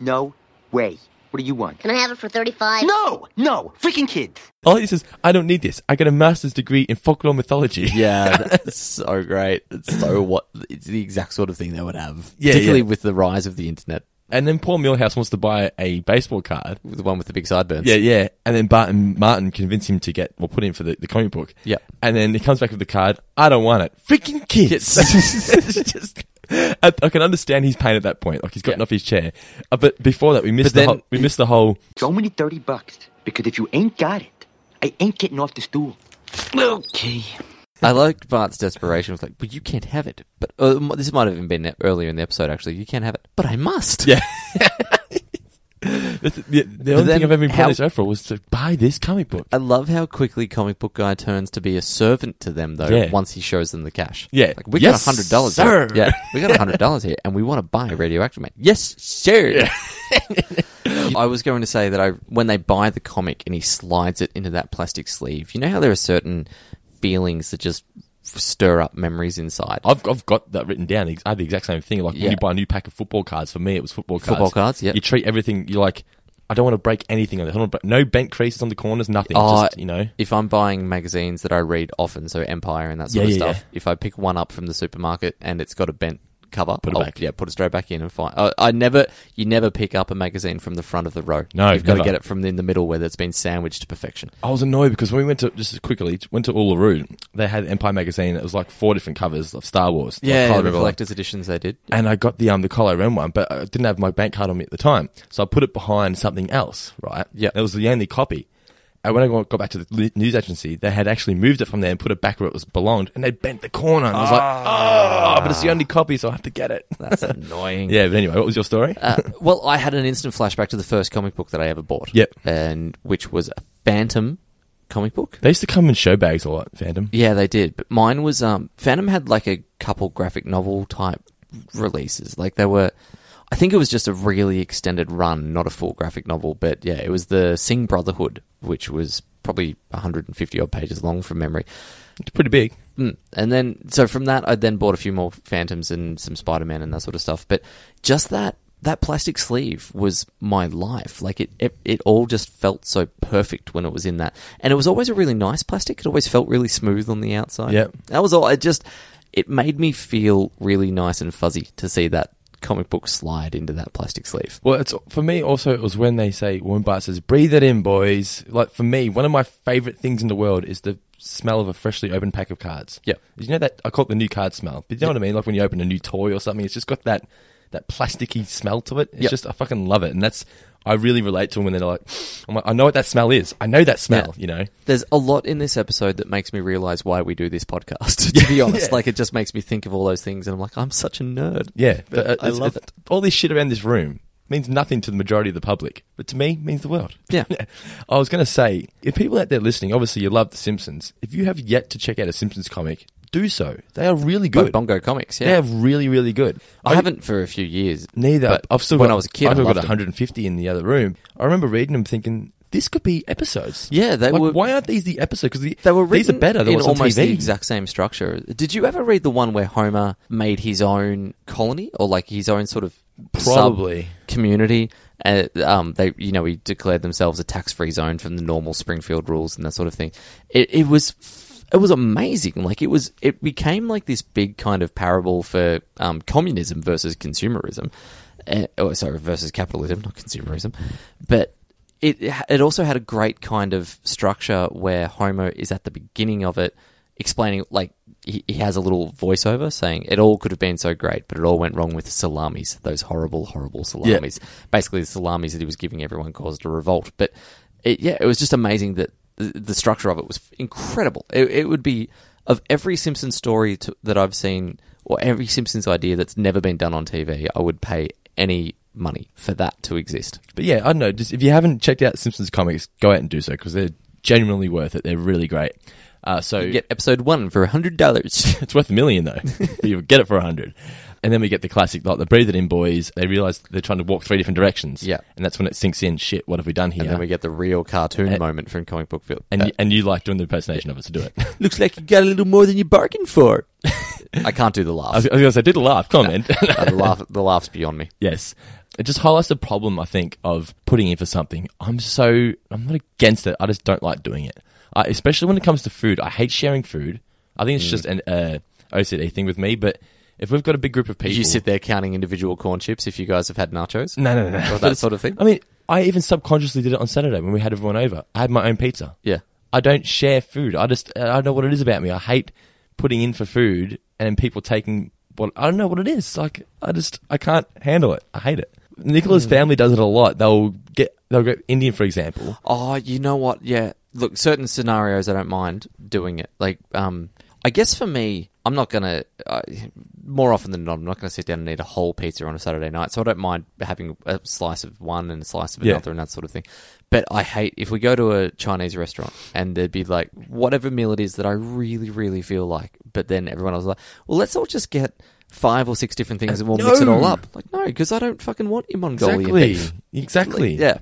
No way. What do you want? Can I have it for 35? No! No! Freaking kids! Oh, he says, I don't need this. I get a master's degree in folklore mythology. Yeah, that's so great. It's so what? It's the exact sort of thing they would have, Yeah, particularly yeah. with the rise of the internet. And then Paul Millhouse wants to buy a baseball card. The one with the big sideburns. Yeah, yeah. And then Barton Martin convinced him to get, well, put in for the, the comic book. Yeah. And then he comes back with the card. I don't want it. Freaking kids. It's just- I, I can understand his pain at that point. Like he's gotten off his chair. Uh, but before that, we missed But the then- whole, we missed the whole. It's only 30 bucks. Because if you ain't got it, I ain't getting off the stool. Okay. I like Bart's desperation. It was like, but you can't have it. But uh, m- this might have even been earlier in the episode. Actually, you can't have it. But I must. Yeah. That's the, the only then thing I've ever been how- punished over was to buy this comic book. I love how quickly comic book guy turns to be a servant to them though. Yeah. Once he shows them the cash. Yeah. Like, we Yes, got hundred dollars. sir. here. Yeah. We got hundred dollars here, and we want to buy Radioactive Man. Yes, sir. I was going to say that I when they buy the comic and he slides it into that plastic sleeve. You know how there are certain feelings that just stir up memories inside. I've, I've got that written down. I had the exact same thing. Like when Yeah. you buy a new pack of football cards, for me it was football cards. Football cards, yeah. You treat everything. You're like, I don't want to break anything on it. I don't wanna break- No bent creases on the corners. Nothing. Oh, just, you know. if I'm buying magazines that I read often, so Empire and that sort Yeah, of yeah, stuff, if I pick one up from the supermarket and it's got a bent cover, Put it I'll- back. Yeah, put it straight back in and find. uh, I, I never, you never pick up a magazine from the front of the row. No, you've got to never. get it from in the middle where it's been sandwiched to perfection. I was annoyed because when we went to just quickly went to Uluru, they had Empire magazine. It was like four different covers of Star Wars. like Yeah, Kylo the Ren, like- collector's editions they did. and I got the um the Kylo Ren one, but I didn't have my bank card on me at the time, so I put it behind something else. Right? Yeah. it was the only copy. And when I got got back to the li- news agency, they had actually moved it from there and put it back where it was belonged, and they bent the corner. And I was like, oh, but it's the only copy, so I have to get it. That's annoying. yeah, but anyway, what was your story? Uh, well, I had an instant flashback to the first comic book that I ever bought. Yep. and which was a Phantom comic book. they used to come in show bags a lot, Phantom. Yeah, they did. But mine was um Phantom had like a couple graphic novel type releases. Like they were I think it was just a really extended run, not a full graphic novel, but yeah, it was the Sing Brotherhood, which was probably 150 odd pages long from memory. It's pretty big. Mm. And then, so from that, I then bought a few more Phantoms and some Spider Man and that sort of stuff. But just that that plastic sleeve was my life. Like it, it, it all just felt so perfect when it was in that, and it was always a really nice plastic. It always felt really smooth on the outside. Yep. that was all. It just it made me feel really nice and fuzzy to see that comic book slide into that plastic sleeve. Well, it's for me also. It was when they say when Bart says, "Breathe it in, boys." Like for me, one of my favorite things in the world is the smell of a freshly opened pack of cards. Yeah. you know that I call it the new card smell. But you know what I mean? Like when you open a new toy or something, it's just got that that plasticky smell to it. It's Yep. just I fucking love it, and that's I really relate to them when they're like, I'm like, I know what that smell is. I know that smell. Yeah. You know. There's a lot in this episode that makes me realize why we do this podcast. To be honest, like it just makes me think of all those things, and I'm like, I'm such a nerd. Yeah, uh, but I it's- love it's- All this shit around this room means nothing to the majority of the public, but to me means the world. Yeah. I was going to say, if people out there listening, obviously you love The Simpsons. If you have yet to check out a Simpsons comic, do so. They are really By good. Bongo Comics. Yeah, They're really, really good. I haven't for a few years. Neither. but I've still when got, I was a kid, I've I still got loved them. 150 in the other room. I remember reading them, thinking. This could be episodes. Yeah, they Like, were- Why aren't these the episodes? Because the, They were these are written better than in what's on almost TV. the exact same structure. Did you ever read the one where Homer made his own colony or like his own sort of Probably. community? Uh, um, they, you know, he declared themselves a tax-free zone from the normal Springfield rules and that sort of thing. It, it was, it was amazing. Like it was, it became like this big kind of parable for um, communism versus consumerism. Uh, oh, sorry, versus capitalism, not consumerism. But it it also had a great kind of structure where Homer is at the beginning of it explaining like he, he has a little voiceover saying it all could have been so great but it all went wrong with salamis those horrible horrible salamis basically the salamis that he was giving everyone caused a revolt but it, yeah it was just amazing that the, the structure of it was incredible it, it would be of every simpsons story to, that i've seen or every simpsons idea that's never been done on tv i would pay any money for that to exist But yeah, I don't know. Just if you haven't checked out Simpsons comics, go out and do so because they're genuinely worth it. They're really great. Uh, so You get episode one for hundred dollars. it's worth a million though. you get it for a hundred, and then we get the classic like the breathe it in boys. They realize they're trying to walk three different directions. Yeah. and that's when it sinks in. Shit, what have we done here? And then we get the real cartoon Uh, moment from comic book Uh, film. and, you, and you like doing the impersonation of it, so do it. looks like you got a little more than you bargained for. Uh, I can't do the laugh. I was, I was going to say, do the laugh. Come on, man. No, the laugh, the laugh's beyond me. Yes, it just highlights the problem I think of putting in for something. I'm so I'm not against it. I just don't like doing it, I, especially when it comes to food. I hate sharing food. I think it's Mm. just an uh, OCD thing with me. But if we've got a big group of people, Did you sit there counting individual corn chips if you guys have had nachos? No, no, no, no. Or that That's- sort of thing. I mean, I even subconsciously did it on Saturday when we had everyone over. I had my own pizza. Yeah. I don't share food. I just I don't know what it is about me. I hate putting in for food and then people taking what I don't know what it is. Like I just I can't handle it. I hate it. Nicola's Mm. family does it a lot. They'll get they'll get Indian for example. Oh, you know what? Yeah. Look, certain scenarios I don't mind doing it. Like, um, I guess for me, I'm not gonna. Uh, more often than not, I'm not gonna sit down and eat a whole pizza on a Saturday night. So I don't mind having a slice of one and a slice of Yeah. another and that sort of thing. But I hate if we go to a Chinese restaurant and there'd be like whatever meal it is that I really, really feel like. But then everyone else is like, well, let's all just get five or six different things and we'll mix it all No. up. Like, no, because I don't fucking want your Mongolian Exactly. beef. Exactly. Like, yeah.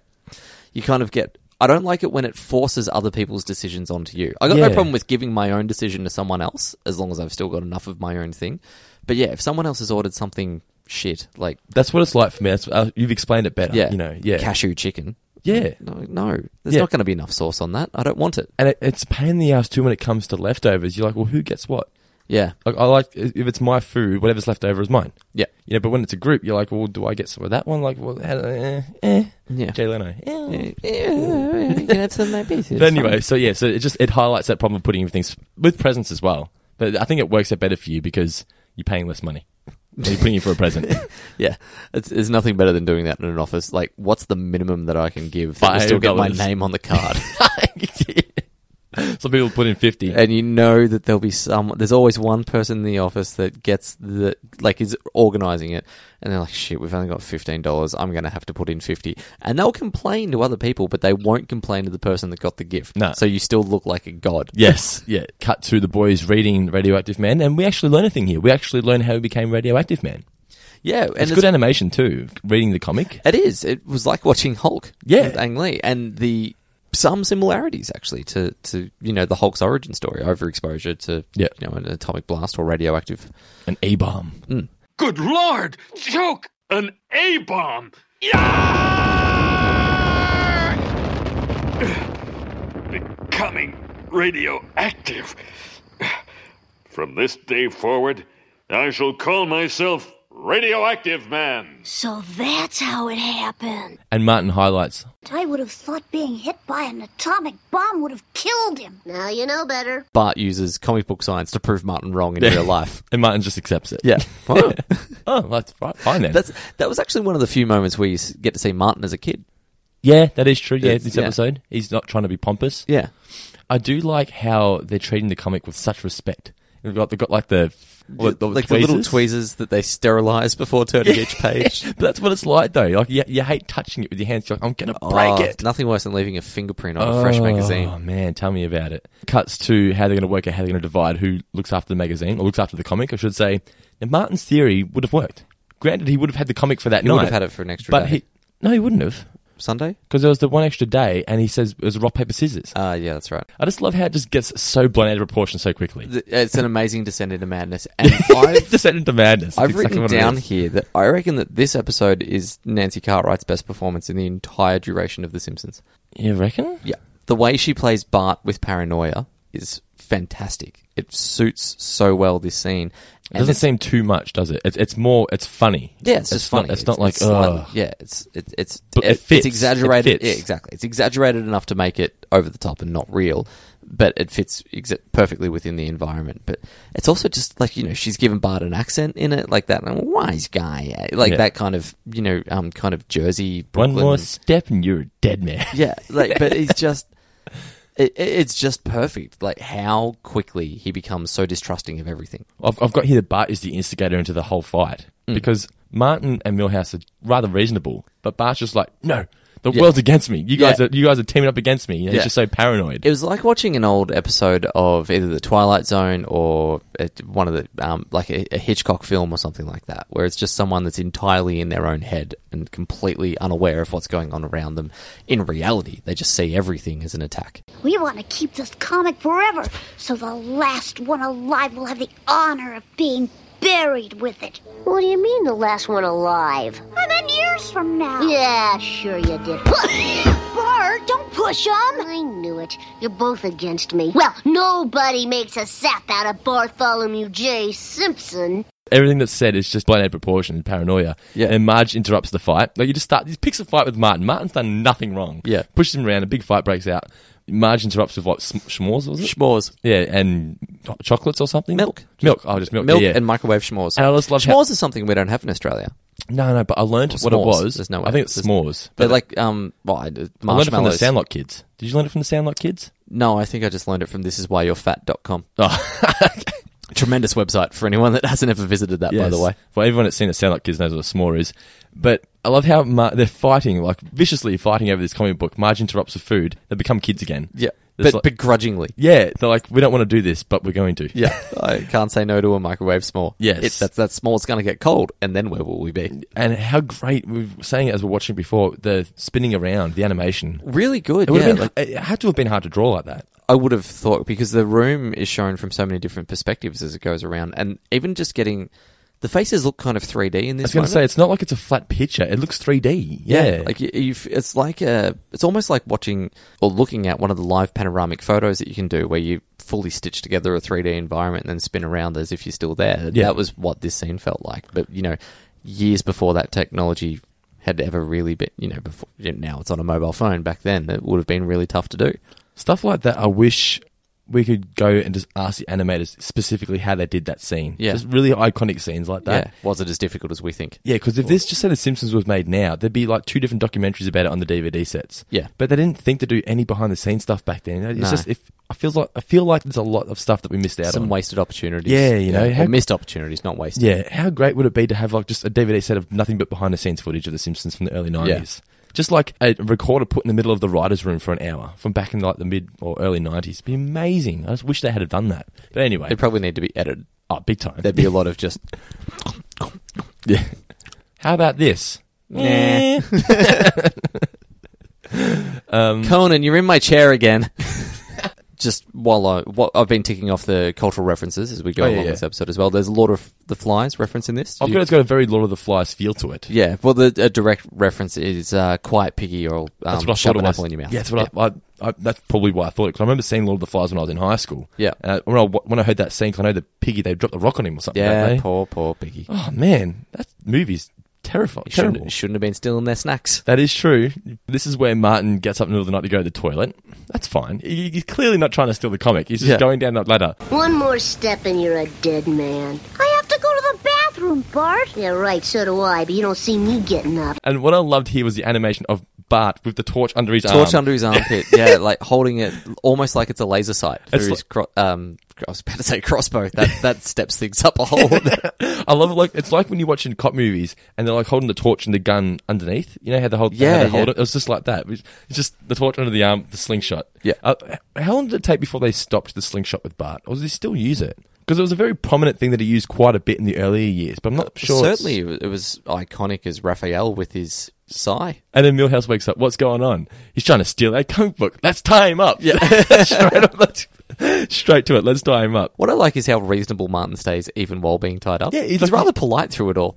You kind of get. I don't like it when it forces other people's decisions onto you. I got Yeah. no problem with giving my own decision to someone else as long as I've still got enough of my own thing. But yeah, if someone else has ordered something shit, like That's what it's like for me. That's, uh, you've explained it better. yeah, You know. Yeah. cashew chicken. Yeah. No, no there's Yeah. not going to be enough sauce on that. I don't want it. And it, it's a pain in the ass too when it comes to leftovers. You're like, well, who gets what? Yeah. Like, I like if it's my food, whatever's left over is mine. Yeah. You know, but when it's a group, you're like, well, do I get some of that one? Like, well, how, eh, eh. Yeah. Jay Leno. Eh. you can have some of my pieces. But anyway, so yeah, so it just it highlights that problem of putting in things with presents as well. But I think it works out better for you because you're paying less money. And You're putting in for a present. yeah, it's, it's nothing better than doing that in an office. Like, what's the minimum that I can give that will still get my $5. name on the card? Some people put in fifty. and you know that there'll be some. There's always one person in the office that gets the like is organizing it, and they're like, "Shit, we've only got fifteen dollars. I'm going to have to put in 50 And they'll complain to other people, but they won't complain to the person that got the gift. No. So you still look like a god. Yes, yeah. Cut to the boys reading Radioactive Man, and we actually learn a thing here. We actually learn how he became Radioactive Man. Yeah, and it's, good animation too. Reading the comic, It is. It was like watching Hulk. Yeah. with Ang Lee, and the some similarities actually to to you know the Hulk's origin story, overexposure to Yeah. you know an atomic blast or radioactive an E bomb. Mm. Good lord! Joke! An A bomb! Becoming radioactive. From this day forward, I shall call myself Radioactive Man. So that's how it happened. and Martin highlights. I would have thought being hit by an atomic bomb would have killed him. Now you know better. Bart uses comic book science to prove Martin wrong in Yeah. real life. And Martin just accepts it. Yeah. Oh, Wow. that's right. Fine then. That's that was actually one of the few moments where you s- get to see Martin as a kid. Yeah, that is true. Yeah, It's- this yeah. episode, he's not trying to be pompous. Yeah, I do like how they're treating the comic with such respect. They've got, they've got like the, what, the like tweezers. the little tweezers that they sterilize before turning each page. But that's what it's like though. Like you, you hate touching it with your hands. You're like, I'm gonna break Oh, it. Nothing worse than leaving a fingerprint on a fresh magazine. Oh man, tell me about it. Cuts to how they're going to work out how they're going to divide who looks after the magazine or looks after the comic, I should say. Now Martin's theory would have worked. Granted, he would have had the comic for that He night. would have had it for an extra but day. He, no, he wouldn't have Sunday? because there was the one extra day, and he says it was rock paper scissors. Ah, yeah, that's right. I just love how it just gets so blown out of proportion so quickly. Th- It's an amazing descent into madness, and I've Descent into madness. I've That's exactly written what it down is. here that I reckon that this episode is Nancy Cartwright's best performance in the entire duration of The Simpsons. You reckon? Yeah. The way she plays Bart with paranoia is fantastic. It suits so well this scene. It doesn't seem too much, does it? It's, it's more. It's funny. Yeah, it's, just not- funny. it's not like slightly- ugh. yeah, it's it, it's But it it's fits. It exaggerated. fits. Yeah, exactly. It's exaggerated enough to make it over the top and not real, but it fits exa- perfectly within the environment. But it's also just like you know she's given Bart an accent in it, like that and wise guy, eh, like Yeah. that kind of you know um kind of Jersey Brooklyn. one more step and you're a dead man. Yeah, like but it's just. It, it- it's just perfect, like how quickly he becomes so distrusting of everything. I've, I've got here that Bart is the instigator into Mm. the whole fight because Martin and Milhouse are rather reasonable, but Bart's just like, no, The Yeah. world's against me. You guys Yeah. are you guys are teaming up against me. You know, Yeah. He's just so paranoid. It was like watching an old episode of either The Twilight Zone or uh, one of the um, like a, a Hitchcock film or something like that, where it's just someone that's entirely in their own head and completely unaware of what's going on around them. In reality, they just see everything as an attack. We want to keep this comic forever, so the last one alive will have the honor of being buried with it. What do you mean, the last one alive? I meant years from now. Yeah, sure you did. Bart, don't push him! I knew it. You're both against me. Well, nobody makes a sap out of Bartholomew J. Simpson. Everything that's said is just blown out of proportion and paranoia. Yeah. And Marge interrupts the fight. Like you just start, he picks a fight with Martin. Martin's done nothing wrong. Yeah. Pushes him around. A big fight breaks out. Marge interrupts with what? Sm- Schmores, was it? Schmores. Yeah, and cho- chocolates or something? Milk. Milk. Oh, just milk. Milk yeah, yeah. and microwave schmores. And I just love how- schmores is something we don't have in Australia. No, no, but I learned what it was. There's no way. I think it's There's- s'mores. They're like um, well, I, I learned it from the marshmallows. Sandlot kids. Did you learn it from the Sandlot kids? No, I think I just learned it from thisiswhyyourfat.com. Oh. Tremendous website for anyone that hasn't ever visited that, by Yes. the way. Well, everyone that's seen it sound like kids knows what a s'more is. But I love how Mar- they're fighting, like viciously fighting over this comic book. Marge interrupts with food. They become kids again. Yeah. There's But like- begrudgingly. Yeah. They're like, we don't want to do this, but we're going to. Yeah, I can't say no to a microwave s'more. Yes. It, that's, that s'more's going to get cold, and then where will we be? And how great, we were saying it as we we're watching before, the spinning around, the animation. Really good, It, would yeah, have been, like- it had to have been hard to draw like that. I would have thought because the room is shown from so many different perspectives as it goes around, and even just getting the faces look kind of 3D in I this. was going to moment. say, it's not like it's a flat picture. It looks 3D. Yeah. like you, you've, it's like a, it's almost like watching or looking at one of the live panoramic photos that you can do, where you fully stitch together a 3D environment and then spin around as if you're still there. Yeah. That was what this scene felt like. But you know, years before that technology had ever really been, you know, before you know, now it's on a mobile phone. Back then, it would have been really tough to do. Stuff like that, I wish we could go and just ask the animators specifically how they did that scene. Yeah. Just really iconic scenes like that. Yeah, was it as difficult as we think? Yeah, because if this just say The Simpsons was made now, there'd be like two different documentaries about it on the DVD sets. Yeah. but they didn't think to do any behind the scenes stuff back then. It's No. just if I feels like I feel like there's a lot of stuff that we missed out Some on. wasted opportunities. Yeah, you know, or how- missed opportunities, not wasted. yeah, how great would it be to have like just a DVD set of nothing but behind the scenes footage of The Simpsons from the early nineties? Just like a recorder put in the middle of the writers' room for an hour from back in like the mid or early nineties. Be amazing. I just wish they had have done that. But anyway, they probably need to be edited. Oh, big time. There'd be a lot of just yeah. How about this? Nah. um, Conan, you're in my chair again. Just while I, what I've been ticking off the cultural references as we go Oh, yeah, along yeah. this episode as well. There's Lord of the Flies reference in this. Did I've you- got it's got a very Lord of the Flies feel to it. yeah, well, the a direct reference is uh, "Quiet Piggy" or um, That's what I "Shove thought it an was. apple in your mouth." Yeah, that's what I, I, I. That's probably why I thought it because I remember seeing Lord of the Flies when I was in high school. Yeah. and I, when I when I heard that scene, 'cause I know the piggy they dropped the rock on him or something. Yeah, don't they? poor, poor Piggy. Oh man, that movie's terrifying. shouldn't- terrible. shouldn't have been stealing their snacks. That is true. This is where Martin gets up in the middle of the night to go to the toilet. That's fine. He, he's clearly not trying to steal the comic. He's just Yeah. going down that ladder. One more step and you're a dead man. I have to go to the bathroom, Bart. Yeah, right, so do I, but you don't see me getting up. And what I loved here was the animation of Bart with the torch under his arm. torch under his armpit. Yeah, like holding it almost like it's a laser sight through It's his. cro- um, I was about to say crossbow. That that steps things up a whole. I love it. Like it's like when you're watching cop movies and they're like holding the torch and the gun underneath. You know how they hold, how Yeah, they hold yeah. it. It was just like that. It was just the torch under the arm, the slingshot. Yeah. Uh, how long did it take before they stopped the slingshot with Bart, or did he still use it? Because it was a very prominent thing that he used quite a bit in the earlier years. But I'm not sure. it's- Certainly, it was, it was iconic as Raphael with his sigh. And then Milhouse wakes up. What's going on? He's trying to steal our comic book. Let's tie him up. Yeah. straight, up, let's- straight to it. Let's tie him up. What I like is how reasonable Martin stays, even while being tied up. Yeah, he's he's, like- rather polite through it all.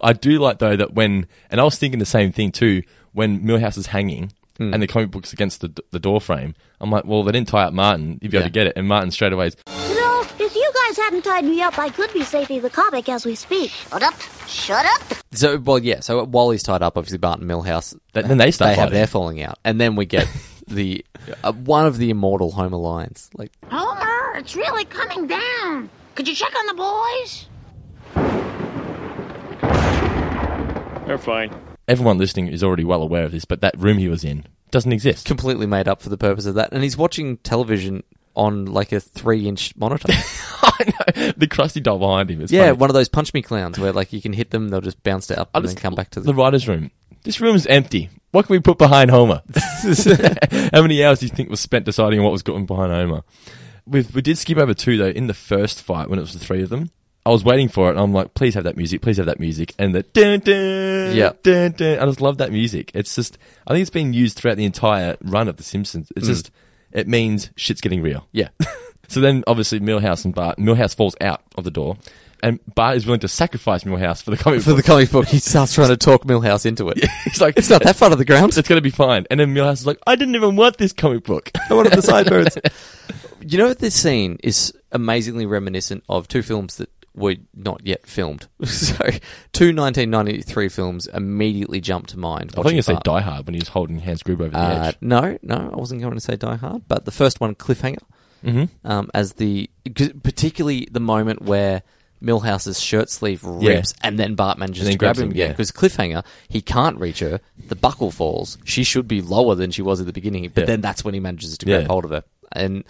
I do like though that when, and I was thinking the same thing too. When Millhouse is hanging Hmm. and the comic book's against the the door frame, I'm like, well, they didn't tie up Martin. You'd be able Yeah. to get it, and Martin straight away. Is, You know, if you guys hadn't tied me up, I could be safe the comic as we speak. Shut up. Shut up. So, well, yeah. So while he's tied up, obviously Bart and Milhouse, Th- then they start they have fighting. their falling out, and then we get the uh, one of the immortal Homer lines, like. Homer, it's really coming down. Could you check on the boys? They're fine. Everyone listening is already well aware of this, but that room he was in doesn't exist. completely made up for the purpose of that. And he's watching television on like a three inch monitor. the crusty doll behind him. It's yeah, funny. one of those punch me clowns where like you can hit them, they'll just bounce it up and then come back to the, the writer's room. This room's empty. What can we put behind Homer? How many hours do you think was spent deciding what was going behind Homer? we we did skip over two though in the first fight when it was the three of them. I was waiting for it, and I'm like, please have that music, please have that music, and the dun dun, Yeah. dun dun. I just love that music. It's just, I think it's been used throughout the entire run of The Simpsons. It's Mm. just, it means shit's getting real. Yeah. so then, obviously, Millhouse and Bart, Millhouse falls out of the door, and Bart is willing to sacrifice Millhouse for the comic for book. the comic book. He starts trying to talk Millhouse into it. It's like it's not that far to the ground. It's going to be fine. And then Millhouse is like, I didn't even want this comic book. I wanted the sideburns. You know, this scene is amazingly reminiscent of two films that were not yet filmed. so, two 1993 films immediately jump to mind. I thought you were going to say Bart. Die Hard when he was holding Hans Gruber over the Uh, edge. No, no, I wasn't going to say Die Hard, but the first one, Cliffhanger, Mhm. um, as the 'cause particularly the moment where Millhouse's shirt sleeve rips and then Bart manages And then to grab grabs him him, again yeah. because Cliffhanger, he can't reach her. The buckle falls. She should be lower than she was at the beginning, but Yeah. then that's when he manages to grab Yeah. hold of her, and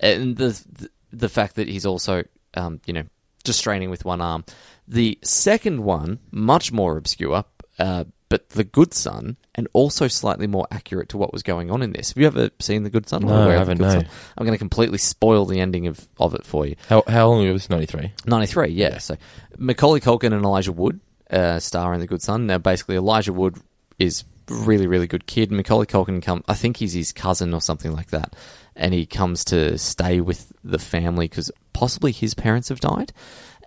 and the the- the fact that he's also um, you know just straining with one arm. The second one, much more obscure, uh, but The Good Son, and also slightly more accurate to what was going on in this. Have you ever seen The Good Son? No, I Or aware of The haven't, Good no. Son? I'm going to completely spoil the ending of, of it for you. How, how long ago was this? 93? 93, yeah. So Macaulay Culkin and Elijah Wood uh, star in The Good Son. Now, basically, Elijah Wood is really, really good kid. Macaulay Culkin come, I think he's his cousin or something like that, and he comes to stay with the family because possibly his parents have died.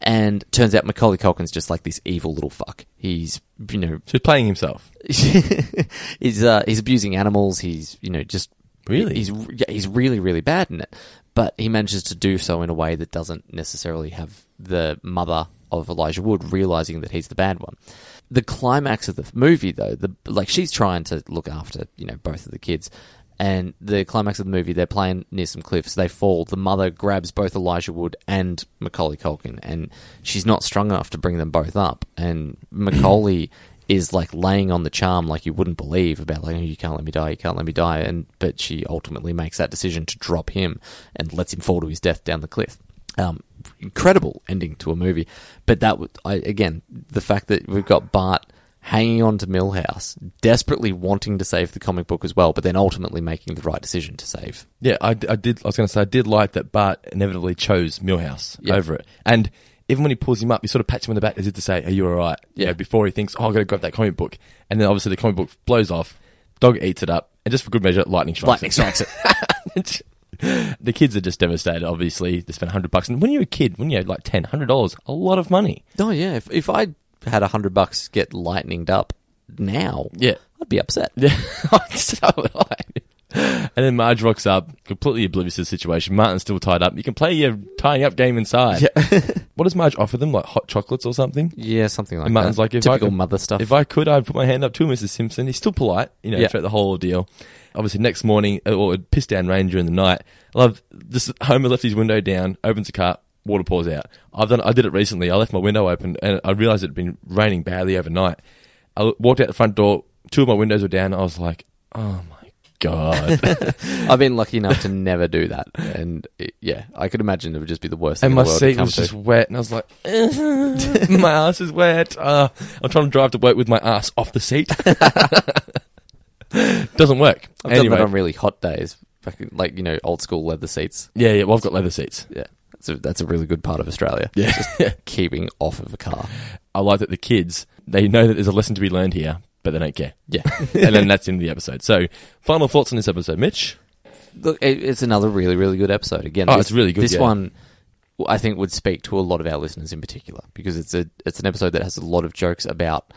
And turns out Macaulay Culkin's just like this evil little fuck. He's you know, so he's playing himself. he's uh, he's abusing animals. He's you know just Really? he's yeah, he's really really bad in it, but he manages to do so in a way that doesn't necessarily have the mother of Elijah Wood realizing that he's the bad one. The climax of the movie though, the like she's trying to look after you know both of the kids. And the climax of the movie, they're playing near some cliffs. They fall. The mother grabs both Elijah Wood and Macaulay Culkin, and she's not strong enough to bring them both up. And Macaulay is like laying on the charm like you wouldn't believe about like oh, you can't let me die you can't let me die and but she ultimately makes that decision to drop him and lets him fall to his death down the cliff um, incredible ending to a movie but that would I, again the fact that we've got bart hanging on to millhouse desperately wanting to save the comic book as well but then ultimately making the right decision to save Yeah, I, I did. I was going to say I did like that Bart inevitably chose Millhouse Yeah. over it, and even when he pulls him up, he sort of pats him on the back as if to say, "Are you all right?" You Yeah. know, before he thinks, "Oh, I got to grab that comic book," and then obviously the comic book blows off. Dog eats it up, and just for good measure, lightning strikes Lightning it. strikes it. the kids are just devastated. Obviously, they spent hundred bucks, and when you're a kid, when you're like ten, hundred dollars, a lot of money. oh yeah if, if i had a hundred bucks get lightninged up now Yeah. i'd be upset Yeah, so would I. And then Marge rocks up, completely oblivious to the situation. Martin's still tied up. You can play your tying up game inside. what does Marge offer them? Like hot chocolates or something? yeah something like and Martin's that like, if typical I could, mother stuff If I could, I'd put my hand up to Mrs. Simpson. He's still polite, you know, Yeah. throughout the whole ordeal. Obviously, next morning, uh, or it pissed down rain during the night. I love this. Homer left his window down, opens the car, water pours out. I've done. I did it recently. I left my window open, and I realized it had been raining badly overnight. I l- walked out the front door. Two of my windows were down. I was like, oh my god. I've been lucky enough to never do that, and it, yeah, I could imagine it would just be the worst. and thing in my the world seat to come was to. just wet, and I was like, my ass is wet. Uh, I'm trying to drive to work with my ass off the seat. Doesn't work. I've anyway, done that on really hot days, fucking- like you know, old school leather seats. yeah, yeah. Well, I've got leather seats. Yeah, that's a, that's a really good part of Australia. Yeah. just keeping off of a car. I like that the kids they know that there's a lesson to be learned here, but they don't care. Yeah. and then that's the end of the episode. So, final thoughts on this episode, Mitch? Look, it, it's another really, really good episode. Again, Oh, this, it's really good, This yeah. one, w- I think, would speak to a lot of our listeners in particular because it's a it's an episode that has a lot of jokes about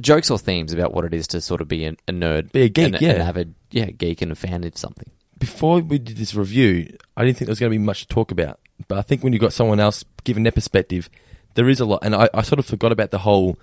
jokes or themes about what it is to sort of be an, a nerd, Be a geek, and, yeah. an avid, yeah, geek and a fan of something. Before we did this review, I didn't think there was going to be much to talk about, but I think when you've got someone else giving their perspective, there is a lot. And I, I sort of forgot about the whole,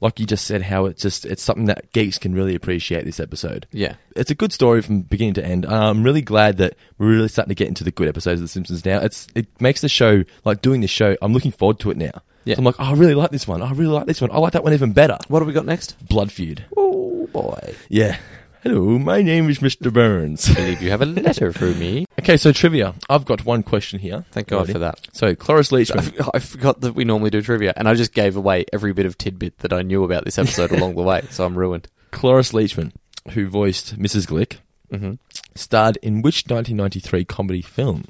like you just said, how it's just it's something that geeks can really appreciate. This episode, Yeah. it's a good story from beginning to end. I'm really glad that we're really starting to get into the good episodes of The Simpsons now. It's it makes the show like doing this show. I'm looking forward to it now. Yeah. So I'm like, oh, I really like this one. I really like this one. I like that one even better. What have we got next? Blood feud. Oh boy. Yeah. Hello, my name is Mr. Burns. I believe you have a letter for me. Okay, so trivia. I've got one question here. Thank God for that. So, Cloris Leachman. I- I forgot that we normally do trivia, and I just gave away every bit of tidbit that I knew about this episode along the way, so I'm ruined. Cloris Leachman, who voiced Mrs. Glick, Mhm. starred in which 1993 comedy film?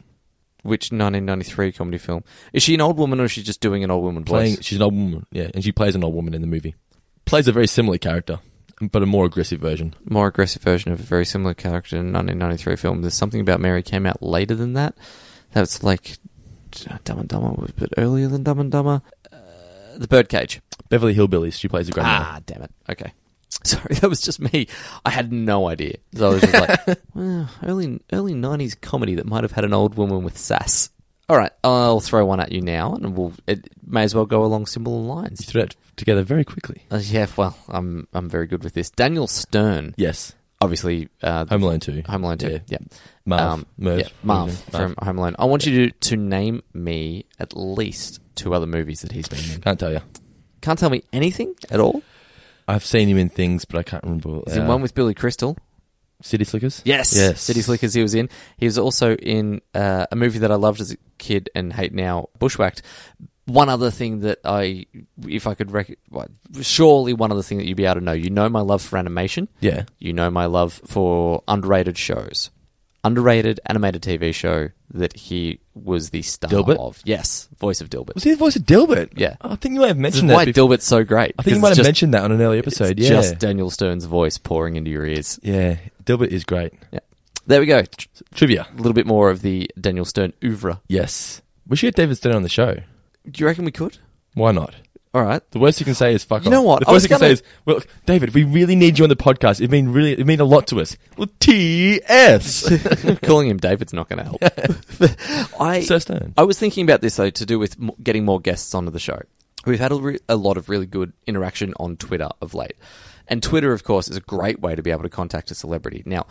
Which 1993 comedy film? Is she an old woman or is she just doing an old woman voice? Playing, she's an old woman, yeah, and she plays an old woman in the movie. Plays a very similar character, but a more aggressive version. more aggressive version of a very similar character in a 1993 film. There's something about Mary came out later than that. That's like uh, Dumb and Dumber was a bit earlier than Dumb and Dumber. Uh, the Birdcage. Beverly Hillbillies. She plays a grandmother. Ah, damn it. Okay. Sorry, that was just me. I had no idea. So I was just like, well, early early '90s comedy that might have had an old woman with sass. All right, I'll throw one at you now, and we'll it may as well go along similar lines. You threw it together very quickly. Uh, yeah, well, I'm I'm very good with this. Daniel Stern. Yes. Obviously, uh, Home Alone 2. Home Alone 2. Yeah. Yeah. Marv. Marv. Marv. Merv. Yeah, Marv Mhm. from Marv. Home Alone. I want you to, to name me at least two other movies that he's been in. Can't tell you. Can't tell me anything at all. I've seen him in things, but I can't remember. uh, He's in one with Billy Crystal. City Slickers? Yes. Yes. City Slickers he was in. He was also in uh, a movie that I loved as a kid and hate now, Bushwhacked. One other thing that I, if I could, rec- well, surely one other thing that you'd be able to know. You know my love for animation. Yeah. You know my love for underrated shows. Underrated animated TV show that he was the star Dilbert? of. Yes. Voice of Dilbert. Was he the voice of Dilbert? Oh, Yeah. I think you might have mentioned This that. is why before. Dilbert's so great. I think because you might it's have just- mentioned that on an early episode. it's yeah. Just Daniel Stern's voice pouring into your ears. yeah. Dilbert is great. Yeah. There we go. Tr- Trivia. A little bit more of the Daniel Stern oeuvre. Yes. We should get David Stern on the show. Do you reckon we could? Why not? All right. The worst you can say is fuck You off. know what? The I was worst you can gonna- say is, well, David, we really need you on the podcast. It mean really, it mean a lot to us. Well, T.S. Calling him David's not going to help. I, Sir Stone. I was thinking about this though to do with m- getting more guests onto the show. We've had a, re- a lot of really good interaction on Twitter of late, and Twitter, of course, is a great way to be able to contact a celebrity. Now,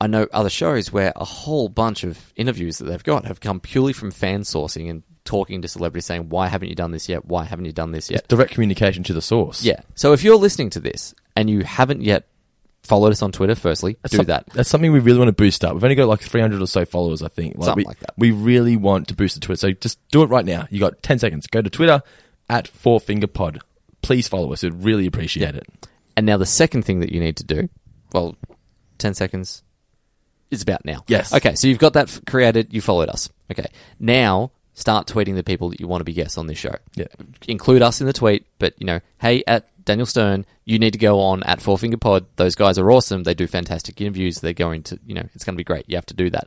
I know other shows where a whole bunch of interviews that they've got have come purely from fan sourcing and talking to celebrities, saying, "Why haven't you done this yet? Why haven't you done this yet?" Direct communication to the source. Yeah. So if you're listening to this and you haven't yet followed us on Twitter, firstly, do some- that. That's something we really want to boost up. We've only got like 300 or so followers, I think. Something we, like that. We really want to boost the Twitter. So just do it right now. You got 10 seconds. Go to Twitter at Four Finger Pod. Please follow us. We'd really appreciate it. And now the second thing that you need to do, well, 10 seconds is about now. Yes. Okay, so you've got that f- created, you followed us. Okay. Now start tweeting the people that you want to be guests on this show. Yeah. Include us in the tweet, but you know, hey at Daniel Stern, you need to go on at Four Finger Pod. Those guys are awesome. They do fantastic interviews. They're going to, you know, it's going to be great. You have to do that.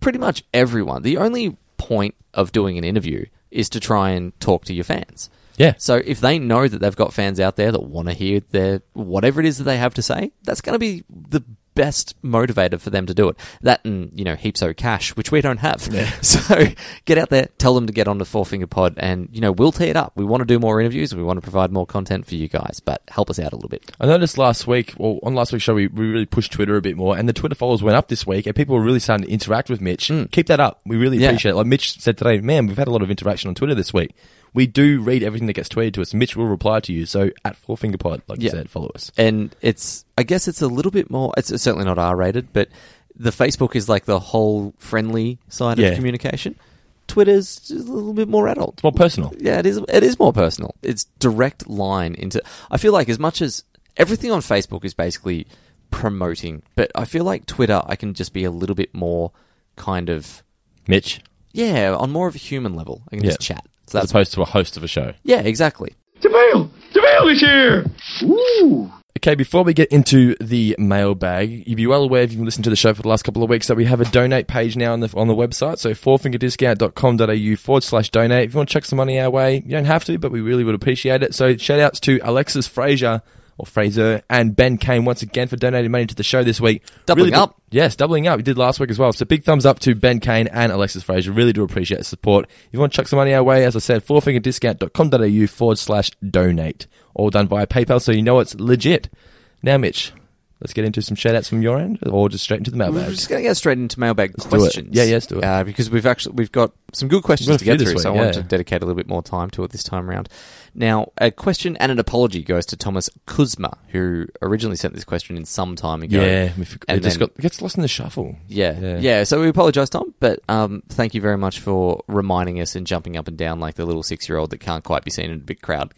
Pretty much everyone. The only point of doing an interview is to try and talk to your fans. Yeah. So if they know that they've got fans out there that want to hear their whatever it is that they have to say, that's going to be the best motivator for them to do it. That and you know heaps of cash, which we don't have. So get out there, tell them to get on the Four Finger Pod, and you know we'll tee it up. We want to do more interviews. We want to provide more content for you guys, but help us out a little bit. I noticed last week, well, on last week's show, we, we really pushed Twitter a bit more, and the Twitter followers went up this week, and people were really starting to interact with Mitch. Keep that up. We really Mm. Yeah. appreciate it. Like Mitch said today, man, we've had a lot of interaction on Twitter this week. We do read everything that gets tweeted to us. Mitch will reply to you. So at Four Finger Pod, like you said, follow us. And it's, I guess it's a little bit more, it's it's certainly not R rated, but the Facebook is like the whole friendly side Yeah. of communication. Twitter's just a little bit more adult. It's more personal. Yeah, it is, it is more personal. It's direct line into, I feel like as much as everything on Facebook is basically promoting, but I feel like Twitter, I can just be a little bit more kind of, Mitch? yeah, on more of a human level. I can just chat. So As that's, opposed to a host of a show. yeah, exactly. Jamil! Jamil is here! Ooh! Okay, before we get into the mailbag, you'd be well aware if you've listened to the show for the last couple of weeks that we have a donate page now on the on the website. So fourfingerdiscount.com.au forward slash donate. If you want to chuck some money our way, you don't have to, but we really would appreciate it. So shout outs to Alexis Fraser or Fraser and Ben Kane once again for donating money to the show this week. Doubling Really- up. Yes, doubling up. We did last week as well. So big thumbs up to Ben Kane and Alexis Fraser. Really do appreciate the support. If you want to chuck some money our way, as I said, fourfingerdiscount.com.au forward slash donate. All done via PayPal, so you know it's legit. Now, Mitch, Let's get into some shout outs from your end or just straight into the We're mailbag. just going to go straight into mailbag do it. questions. Yeah, yeah, let's do it. Uh, because we've actually we've got some good questions We've got to a few this get through, so I week, wanted yeah. to dedicate a little bit more time to it this time around. Now, a question and an apology goes to Thomas Kuzma, who originally sent this question in some time ago. Yeah, we forg- it just then- got, it gets lost in the shuffle. yeah, yeah, So we apologise, Tom, but um, thank you very much for reminding us and jumping up and down like the little six-year-old that can't quite be seen in a big crowd.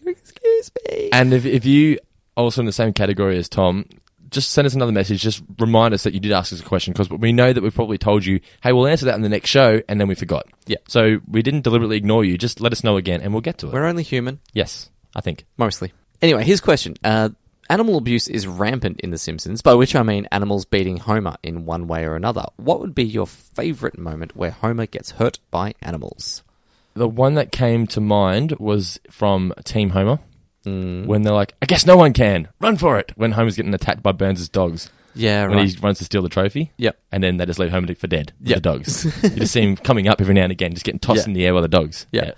And if, if you are also in the same category as Tom, just send us another message. Just remind us that you did ask us a question because we know that we've probably told you, hey, we'll answer that in the next show, and then we forgot. Yeah. So we didn't deliberately ignore you. Just let us know again, and we'll get to it. We're only human. Yes, I think. Mostly. Anyway, here's a question. Uh, animal abuse is rampant in The Simpsons, by which I mean animals beating Homer in one way or another. What would be your favourite moment where Homer gets hurt by animals? The one that came to mind was from Team Homer Mm. when they're like, I guess no one can. Run for it. When Homer's getting attacked by Burns' dogs. Yeah, when he right. runs to steal the trophy. Yep. And then they just leave Homer for dead with Yep. the dogs. you just see him coming up every now and again, just getting tossed Yeah. in the air by the dogs. Yeah.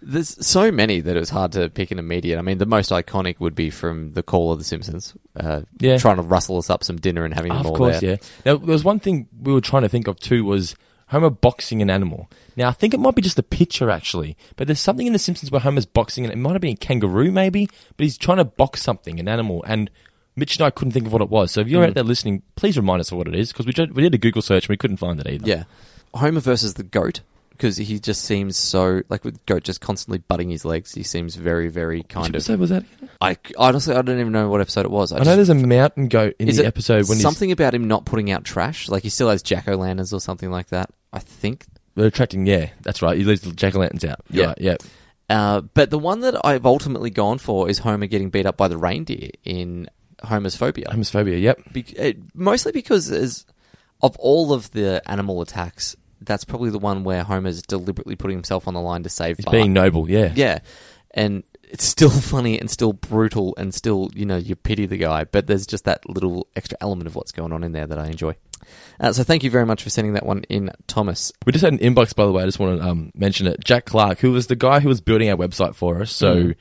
There's so many that it was hard to pick an immediate. I mean, the most iconic would be from the call of The Simpsons, uh, Yeah. Ah, trying to rustle us up some dinner and having them of all course, there. yeah. Now, there was one thing we were trying to think of too was Homer boxing an animal. Now, I think it might be just a picture actually, but there's something in The Simpsons where Homer's boxing, and it might have been a kangaroo maybe, but he's trying to box something, an animal, and Mitch and I couldn't think of what it was. So if you're Mm. out there listening, please remind us of what it is because we did, we did a Google search and we couldn't find it either. Yeah. Homer versus the goat because he just seems so like with goat just constantly butting his legs. He seems very, very kind of. episode was that I honestly, I don't even know what episode it was. I, I, just, know there's a mountain goat in is the it episode when something about him not putting out trash. Like he still has jack o' lanterns or something like that. I think. he's they're attracting. Yeah, that's right. He leaves the jack o' lanterns out. You're right, yeah. Uh, but the one that I've ultimately gone for is Homer getting beat up by the reindeer in Homer's Phobia. Homer's Phobia, yep. Be- it, mostly because as, of all of the animal attacks, that's probably the one where Homer's deliberately putting himself on the line to save. He's being noble, yeah. yeah, and it's still funny and still brutal and still you know you pity the guy, but there's just that little extra element of what's going on in there that I enjoy. Uh, so thank you very much for sending that one in, Thomas. We just had an inbox, by the way. I just want to um, mention it. Jack Clark, who was the guy who was building our website for us. So Mm.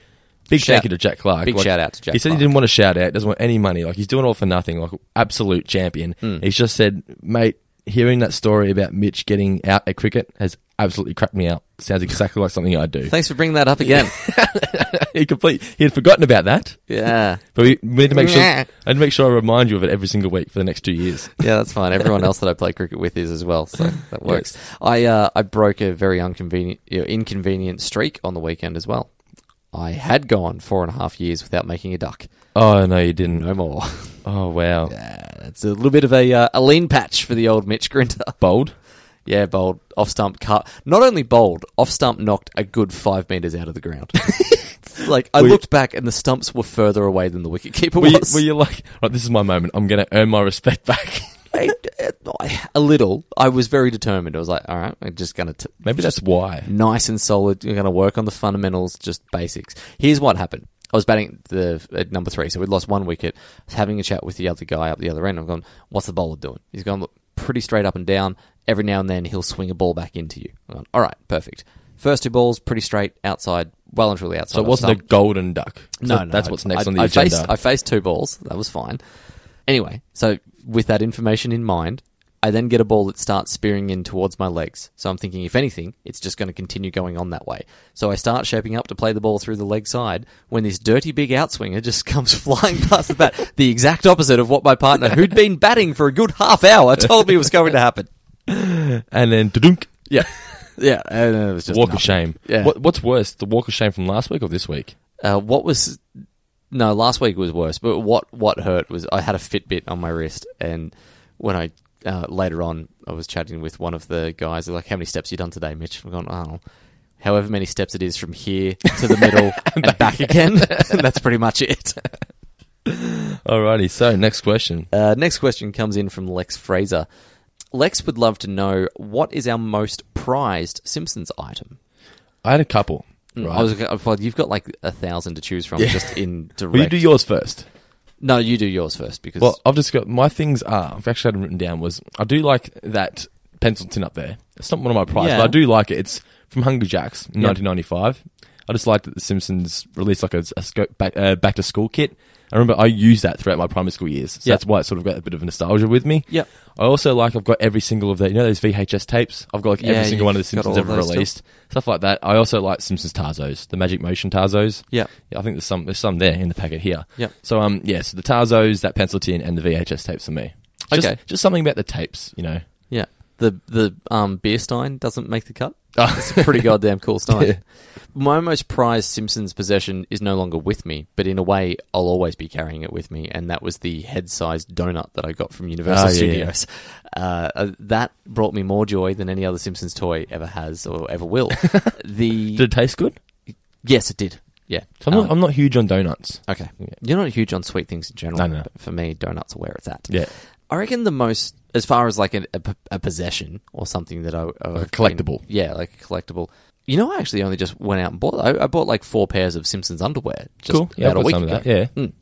big Shout- thank you to Jack Clark. big shout out to Jack He said Clark. he didn't want a shout out, doesn't want any money. Like he's doing all for nothing. Like absolute champion. Mm. He's just said, mate, hearing that story about Mitch getting out at cricket has absolutely cracked me out. Sounds exactly like something I do. Thanks for bringing that up again. he complete. He had forgotten about that. Yeah. but we, we need to make sure. Yeah. I need to make sure I remind you of it every single week for the next two years. Yeah, that's fine. Everyone else that I play cricket with is as well, so that works. I uh, I broke a very inconvenient you know, inconvenient streak on the weekend as well. I had gone four and a half years without making a duck. Oh no, you didn't. No more. Oh wow. Yeah, it's a little bit of a uh, a lean patch for the old Mitch Grinter. Bold. Yeah, bold. Off stump cut. Not only bold, off stump knocked a good five meters out of the ground. like I Were you- looked back and the stumps were further away than the wicket keeper Were you, was. were you like, right, this is my moment. I'm going to earn my respect back. a little. I was very determined. I was like, all right, I'm just going to. Maybe that's why. Nice and solid. You're going to work on the fundamentals, just basics. Here's what happened. I was batting the at number three, so we lost one wicket. I was having a chat with the other guy up the other end. I'm going, what's the bowler doing? He's going look pretty straight up and down. Every now and then he'll swing a ball back into you. I'm going, all right, perfect. First two balls, pretty straight outside, well and truly outside. So it off wasn't a stump. golden duck. No, So no, that's I- what's next I- on the I agenda. Faced, I faced two balls. That was fine. Anyway, so with that information in mind, I then get a ball that starts spearing in towards my legs. So I'm thinking, if anything, it's just going to continue going on that way. So I start shaping up to play the ball through the leg side when this dirty big outswinger just comes flying past the bat, the exact opposite of what my partner, who'd been batting for a good half hour, told me was going to happen. and then dunk. Yeah. Yeah, and it was just walk nothing. of shame. Yeah. What, what's worse, the walk of shame from last week or this week? Uh, what was no last week was worse, but what what hurt was I had a Fitbit on my wrist, and when I uh, later on I was chatting with one of the guys, they're like, "How many steps you done today, Mitch?" I'm going, "Oh." However many steps it is from here to the middle and back again, and that's pretty much it. Alrighty. So next question. Uh, next question comes in from Lex Fraser. Lex would love to know what is our most prized Simpsons item. I had a couple. Mm, Right. I was, I thought you've got like a thousand to choose from Hmm. Yeah. just in direct. Will you do yours first? No, you do yours first because Well, I've just got my things are. I've actually had them written down. Was I do like that pencil tin up there? It's not one of my prizes, Yeah. but I do like it. It's from Hungry Jack's, Yeah. 1995. I just liked that The Simpsons released like a, a sco- back, uh, back to school kit. I remember I used that throughout my primary school years. So Yeah. that's why it sort of got a bit of nostalgia with me. Yeah. I also like, I've got every single of the, you know, those VHS tapes? I've got like Yeah, every single one of the you've got Simpsons all of ever those still. released. Stuff like that. I also like Simpsons Tarzos, the Magic Motion Tarzos. Yeah. I think there's some there's some there in the packet here. Yep. So um yeah, so the Tarzos, that pencil tin, and the VHS tapes for me. Just, Okay. Just something about the tapes, you know. Yeah. The the um beer stein doesn't make the cut. It's a pretty goddamn cool stein. Oh. Yeah. My most prized Simpsons possession is no longer with me, but in a way, I'll always be carrying it with me, and that was the head-sized donut that I got from Universal Oh, yeah, yeah. Studios. Uh, Uh, that brought me more joy than any other Simpsons toy ever has or ever will. the Did it taste good? Yes, it did. Yeah, So I'm, Um, not, I'm not huge on donuts. Okay. You're not huge on sweet things in general. No, no. But for me, donuts are where it's at. Yeah. I reckon the most, as far as like a, a, a possession or something that I. a collectible. yeah, like a collectible. You know, I actually only just went out and bought. I, I bought like four pairs of Simpsons underwear just Cool. Yeah, about a I've got week some of ago. that. Yeah. Mm.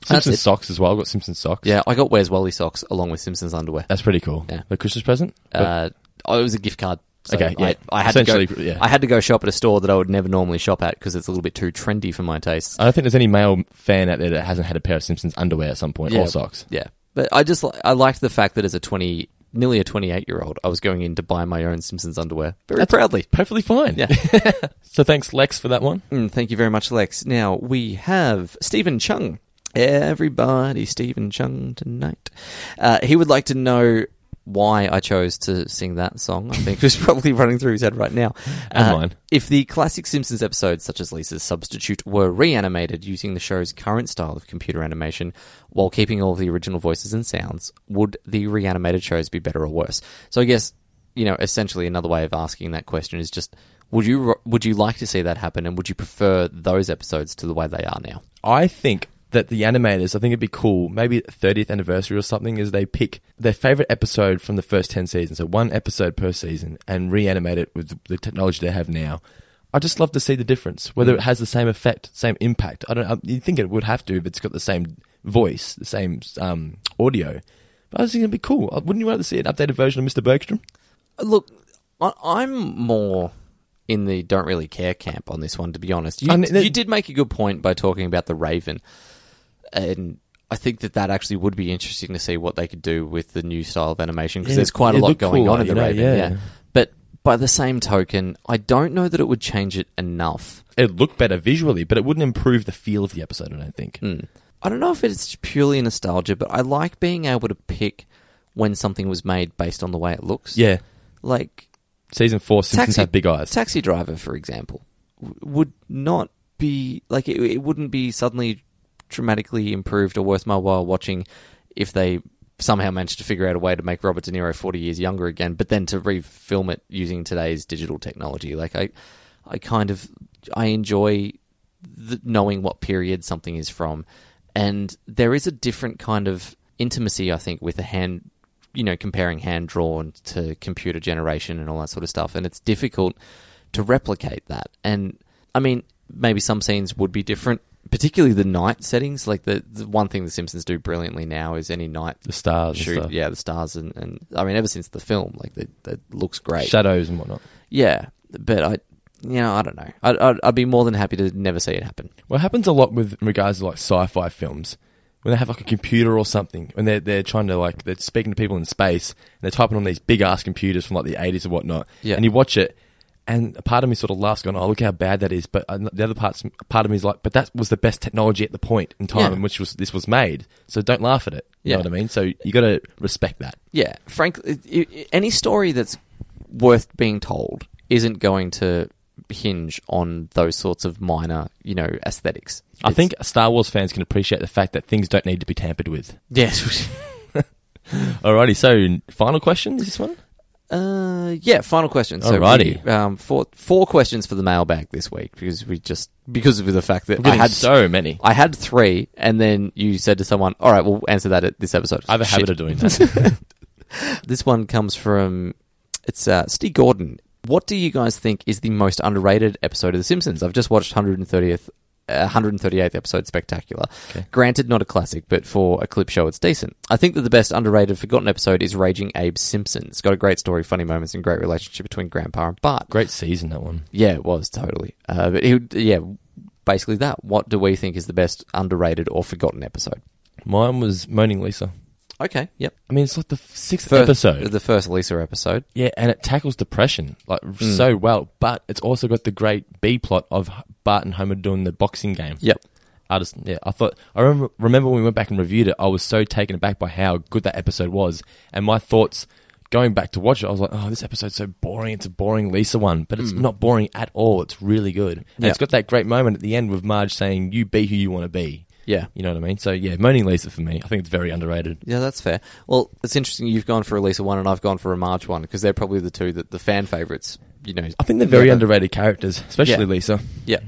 That's Simpsons it. socks as well. I've got Simpsons socks. Yeah, I got Where's Wally socks along with Simpsons underwear. That's pretty cool. Yeah. The Christmas present? Uh, oh, it was a gift card. So Okay, I, yeah. I had to go. Essentially, yeah. I had to go shop at a store that I would never normally shop at because it's a little bit too trendy for my tastes. I don't think there's any male fan out there that hasn't had a pair of Simpsons underwear at some point yeah, or socks. Yeah, but I just li- I liked the fact that as a twenty, nearly a twenty-eight year old, I was going in to buy my own Simpsons underwear very That's proudly. Perfectly fine. Yeah. so thanks, Lex, for that one. Mm, thank you very much, Lex. Now we have Stephen Chung. Everybody, Stephen Chung tonight. Uh, he would like to know why I chose to sing that song. I think it's probably running through his head right now. Uh, And mine. If the classic Simpsons episodes, such as Lisa's Substitute, were reanimated using the show's current style of computer animation while keeping all of the original voices and sounds, would the reanimated shows be better or worse? So I guess you know, essentially, another way of asking that question is just: would you would you like to see that happen, and would you prefer those episodes to the way they are now? I think that the animators, I think it'd be cool, maybe 30th anniversary or something, is they pick their favorite episode from the first 10 seasons, so one episode per season, and reanimate it with the technology they have now. I just love to see the difference, whether it has the same effect, same impact. I don't. I, you think it would have to if it's got the same voice, the same um, audio. But I was thinking it'd be cool. Uh, Wouldn't you rather see an updated version of Mr. Bergstrom? Look, I, I'm more in the don't really care camp on this one, to be honest. You, I mean, the- you did make a good point by talking about the Raven, and I think that that actually would be interesting to see what they could do with the new style of animation because Yeah, there's quite a it lot looked going cool, on in you the know, Raven. yeah. yeah, but by the same token, I don't know that it would change it enough. It'd look better visually, but it wouldn't improve the feel of the episode. I don't think. I don't know if it's purely nostalgia, but I like being able to pick when something was made based on the way it looks. Yeah. Like Season four Simpsons have big eyes. Taxi Driver, for example, w- would not be like it, it wouldn't be suddenly dramatically improved or worth my while watching if they somehow managed to figure out a way to make Robert De Niro 40 years younger again, but then to refilm it using today's digital technology. Like I I kind of I enjoy the, knowing what period something is from, and there is a different kind of intimacy, I think, with a hand, you know, comparing hand drawn to computer generation and all that sort of stuff, and it's difficult to replicate that. And I mean, maybe some scenes would be different, particularly the night settings. Like the, the one thing the Simpsons do brilliantly now is any night the stars, and shoot, stuff. yeah, the stars, and, and I mean, ever since the film, like that that looks great, shadows and whatnot. yeah, but I, you know, I don't know. I'd, I'd, I'd be more than happy to never see it happen. Well, it happens a lot with in regards to like sci-fi films when they have like a computer or something when they're they're trying to like they're speaking to people in space and they're typing on these big ass computers from like the eighties or whatnot. Yeah. And you watch it, and a part of me sort of laughs, going, "Oh, look how bad that is." But uh, the other part's part of me is like, "But that was the best technology at the point in time Yeah. in which was this was made." So don't laugh at it. You know Yeah. what I mean? So you got to respect that. Yeah, frankly, i i any story that's worth being told isn't going to hinge on those sorts of minor, you know, aesthetics. I think Star Wars fans can appreciate the fact that things don't need to be tampered with. Yes. Alrighty, so final question is this one? Uh, yeah. Final question. So Alrighty. we, um, four four questions for the mailbag this week because we just because of the fact that We're getting I had so many. I had three, and then you said to someone, "All right, we'll answer that at this episode." I have a Shit. habit of doing that. this one comes from it's uh, Steve Gordon. What do you guys think is the most underrated episode of The Simpsons? I've just watched 130th 138th episode spectacular. Granted, not a classic, but for a clip show, it's decent. I think that the best underrated, forgotten episode is Raging Abe Simpson. It's got a great story, funny moments, and great relationship between Grandpa and Bart. Great season that one. Yeah, it was totally. Uh, but he, would- yeah, basically that. What do we think is the best underrated or forgotten episode? Mine was Moaning Lisa. Okay, yep. I mean, it's like the sixth First- episode. the first Lisa episode. Yeah, and it tackles depression like Mm. so well, but it's also got the great B plot of Bart and Homer doing the boxing game. Yep. I just yeah, I thought I remember remember when we went back and reviewed it, I was so taken aback by how good that episode was, and my thoughts going back to watch it, I was like, oh, this episode's so boring. It's a boring Lisa one, but it's Mm. not boring at all. It's really good. And Yeah. it's got that great moment at the end with Marge saying, "You be who you want to be." Yeah. you know what I mean. So yeah, moaning Lisa for me, I think it's very underrated. Yeah, that's fair. Well, it's interesting you've gone for a Lisa one and I've gone for a Marge one because they're probably the two that the fan favorites. You know, I think they're very never- underrated characters, especially Yeah. Lisa. Yeah.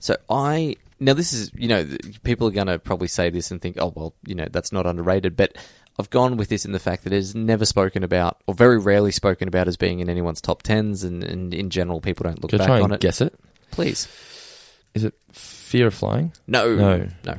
So I now this is you know th- people are going to probably say this and think oh well you know that's not underrated but I've gone with this in the fact that it is never spoken about or very rarely spoken about as being in anyone's top tens and, and in general people don't look Can I back try on and it. guess it? Please. Is it Fear of Flying? No. No. No.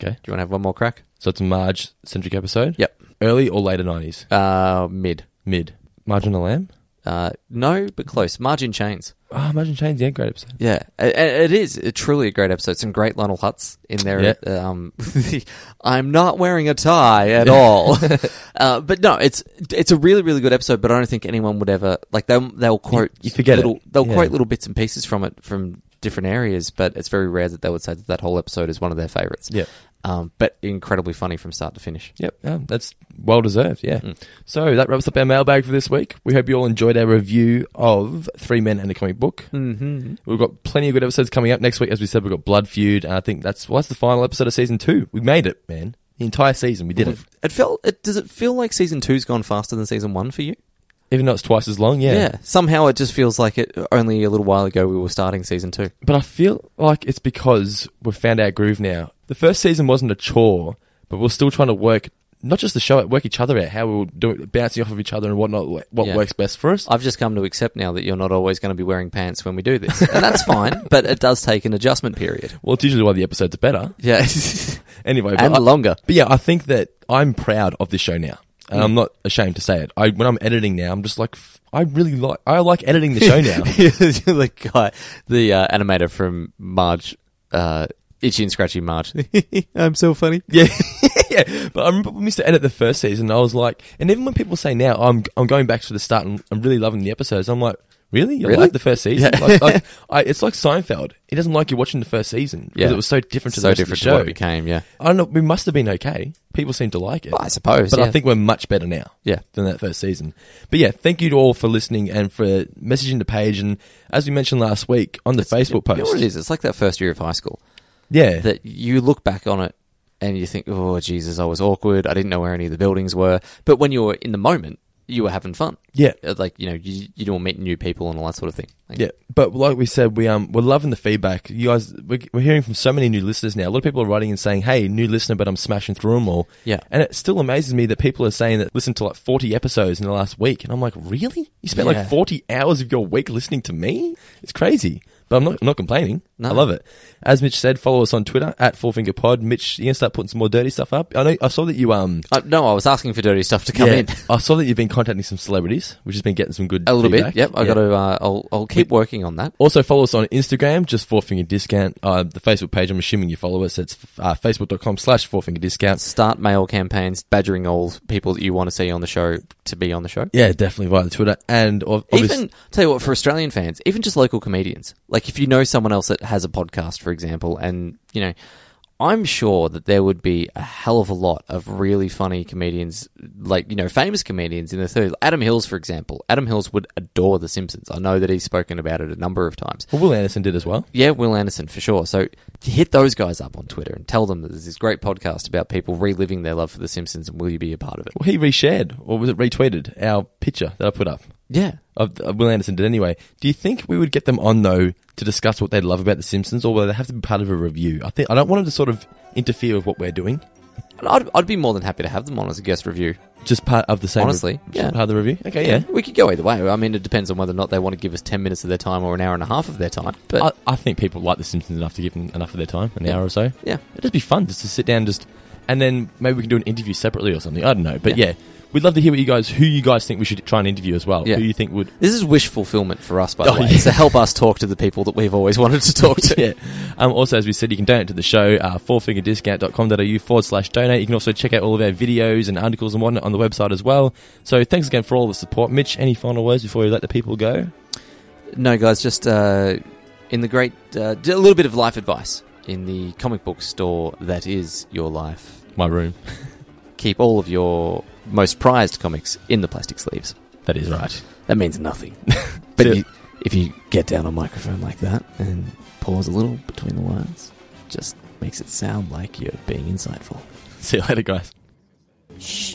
Okay. Do you want to have one more crack? So it's a Marge centric episode? Yep. Early or later 90s? Uh, mid. Mid. Marge and the Lamb? Uh, no, but close. Margin Chains. Oh, Marge and Chains, yeah, great episode. Yeah, it, it is a truly a great episode. Some great Lionel Hutz in there. Um, I'm not wearing a tie at all, uh, but no, it's it's a really really good episode. But I don't think anyone would ever like they they'll quote you forget it. little, they'll Yeah. quote little bits and pieces from it from different areas, but it's very rare that they would say that that whole episode is one of their favorites. Yeah. um, but incredibly funny from start to finish. Yep, Mm. yeah, Ah, that's well deserved, yeah. So that wraps up our mailbag for this week. We hope you all enjoyed our review of Three Men and a Comic Book. Mhm. We've got plenty of good episodes coming up next week. As we said, we've got Blood Feud, and I think that's, well, that's the final episode of season two. We made it, man. The entire season, we did it. It felt. It, does it feel like season two's gone faster than season one for you? Even though it's twice as long, yeah. Somehow it just feels like it. Only a little while ago we were starting season two. But I feel like it's because we've found our groove now. The first season wasn't a chore, but we're still trying to work not just the show, work each other out, how we'll do it, bouncing off of each other and whatnot, what Yeah. works best for us. I've just come to accept now that you're not always going to be wearing pants when we do this. And that's fine, but it does take an adjustment period. Well, it's usually why the episodes are better. Yeah. anyway, And I- longer. But yeah, I think that I'm proud of this show now. And Mm. I'm not ashamed to say it. I when I'm editing now, I'm just like f- I really like I like editing the show now. You're the guy, the uh, animator from Marge, uh, Itchy and Scratchy Marge. I'm so funny. Yeah. yeah. But I remember when we used to edit the first season, I was like, and even when people say now, I'm I'm going back to the start and I'm really loving the episodes, I'm like, really? You Really? like the first season? Yeah. Like, like, I, it's like Seinfeld. It doesn't like you watching the first season because Yeah. it was so different to So the rest of the different to show. what it became, yeah. I don't know. We must have been okay. People seem to like it. I suppose, But I yeah. think we're much better now. Yeah. Than that first season. But yeah, thank you to all for listening and for messaging the page. And as we mentioned last week on the Facebook post, You know what it is? It's like that first year of high school. Yeah. That you look back on it and you think, oh, Jesus, I was awkward. I didn't know where any of the buildings were. But when you were in the moment, you were having fun. Yeah. Uh, Like, you know, you, you don't meet new people and all that sort of thing. Like, Yeah, but like we said, we um we're loving the feedback. You guys, we're, we're hearing from so many new listeners now. A lot of people are writing and saying, "Hey, new listener," but I'm smashing through them all. Yeah. and it still amazes me that people are saying that listen to like 40 episodes in the last week, and I'm like, really? You spent Yeah. like 40 hours of your week listening to me? It's crazy. But I'm not, I'm not complaining. No. I love it. As Mitch said, follow us on Twitter at Fourfingerpod. Mitch, you gonna start putting some more dirty stuff up? I know. I saw that you um. Uh, no, I was asking for dirty stuff to come yeah, in. I saw that you've been contacting some celebrities, which has been getting some good A little feedback. bit. Yep. I Yeah. got to. Uh, I'll. I'll keep working on that. Also, follow us on Instagram, just Four Finger Discount. Uh, the Facebook page, I'm assuming you follow us. It's uh, facebook.com slash Four Finger Discount. Start mail campaigns, badgering all people that you want to see on the show to be on the show. Yeah, definitely via the Twitter. And ob- obviously, Even tell you what, for Australian fans, even just local comedians. Like if you know someone else that has a podcast, for example, and you know, I'm sure that there would be a hell of a lot of really funny comedians, like you know, famous comedians in the third. Adam Hills, for example. Adam Hills would adore The Simpsons. I know that he's spoken about it a number of times. well, Will Anderson did as well. Yeah, Will Anderson for sure. So hit those guys up on Twitter and tell them that there's this great podcast about people reliving their love for The Simpsons, and will you be a part of it? Well, he reshared, or was it retweeted, our picture that I put up? Yeah. Of, of Will Anderson did anyway. Do you think we would get them on, though, to discuss what they love about The Simpsons, or will they have to be part of a review? I think I don't want them to sort of interfere with what we're doing. And I'd, I'd be more than happy to have them on as a guest review. Just part of the same. Honestly, yeah. Part of the review. Okay, yeah. We could go either way. I mean, it depends on whether or not they want to give us 10 minutes of their time or an hour and a half of their time. But I, I think people like The Simpsons enough to give them enough of their time, an Yeah. hour or so. Yeah. It'd just be fun just to sit down, and just and then maybe we can do an interview separately or something. I don't know, but Yeah. yeah, we'd love to hear what you guys, who you guys think we should try and interview as well. Yeah. Who you think would? This is wish fulfillment for us, by the Oh, way. yeah. So help us talk to the people that we've always wanted to talk to. yeah. Um, also, as we said, you can donate to the show, uh, fourfigurediscount.com.au forward slash donate. You can also check out all of our videos and articles and whatnot on the website as well. So thanks again for all the support. Mitch, any final words before we let the people go? No, guys, just uh, in the great, uh, d- a little bit of life advice in the comic book store that is your life. My room. Keep all of your most prized comics in the plastic sleeves. That is right. That means nothing. but you, if you get down a microphone like that and pause a little between the words, just makes it sound like you're being insightful. See you later, guys. Shh.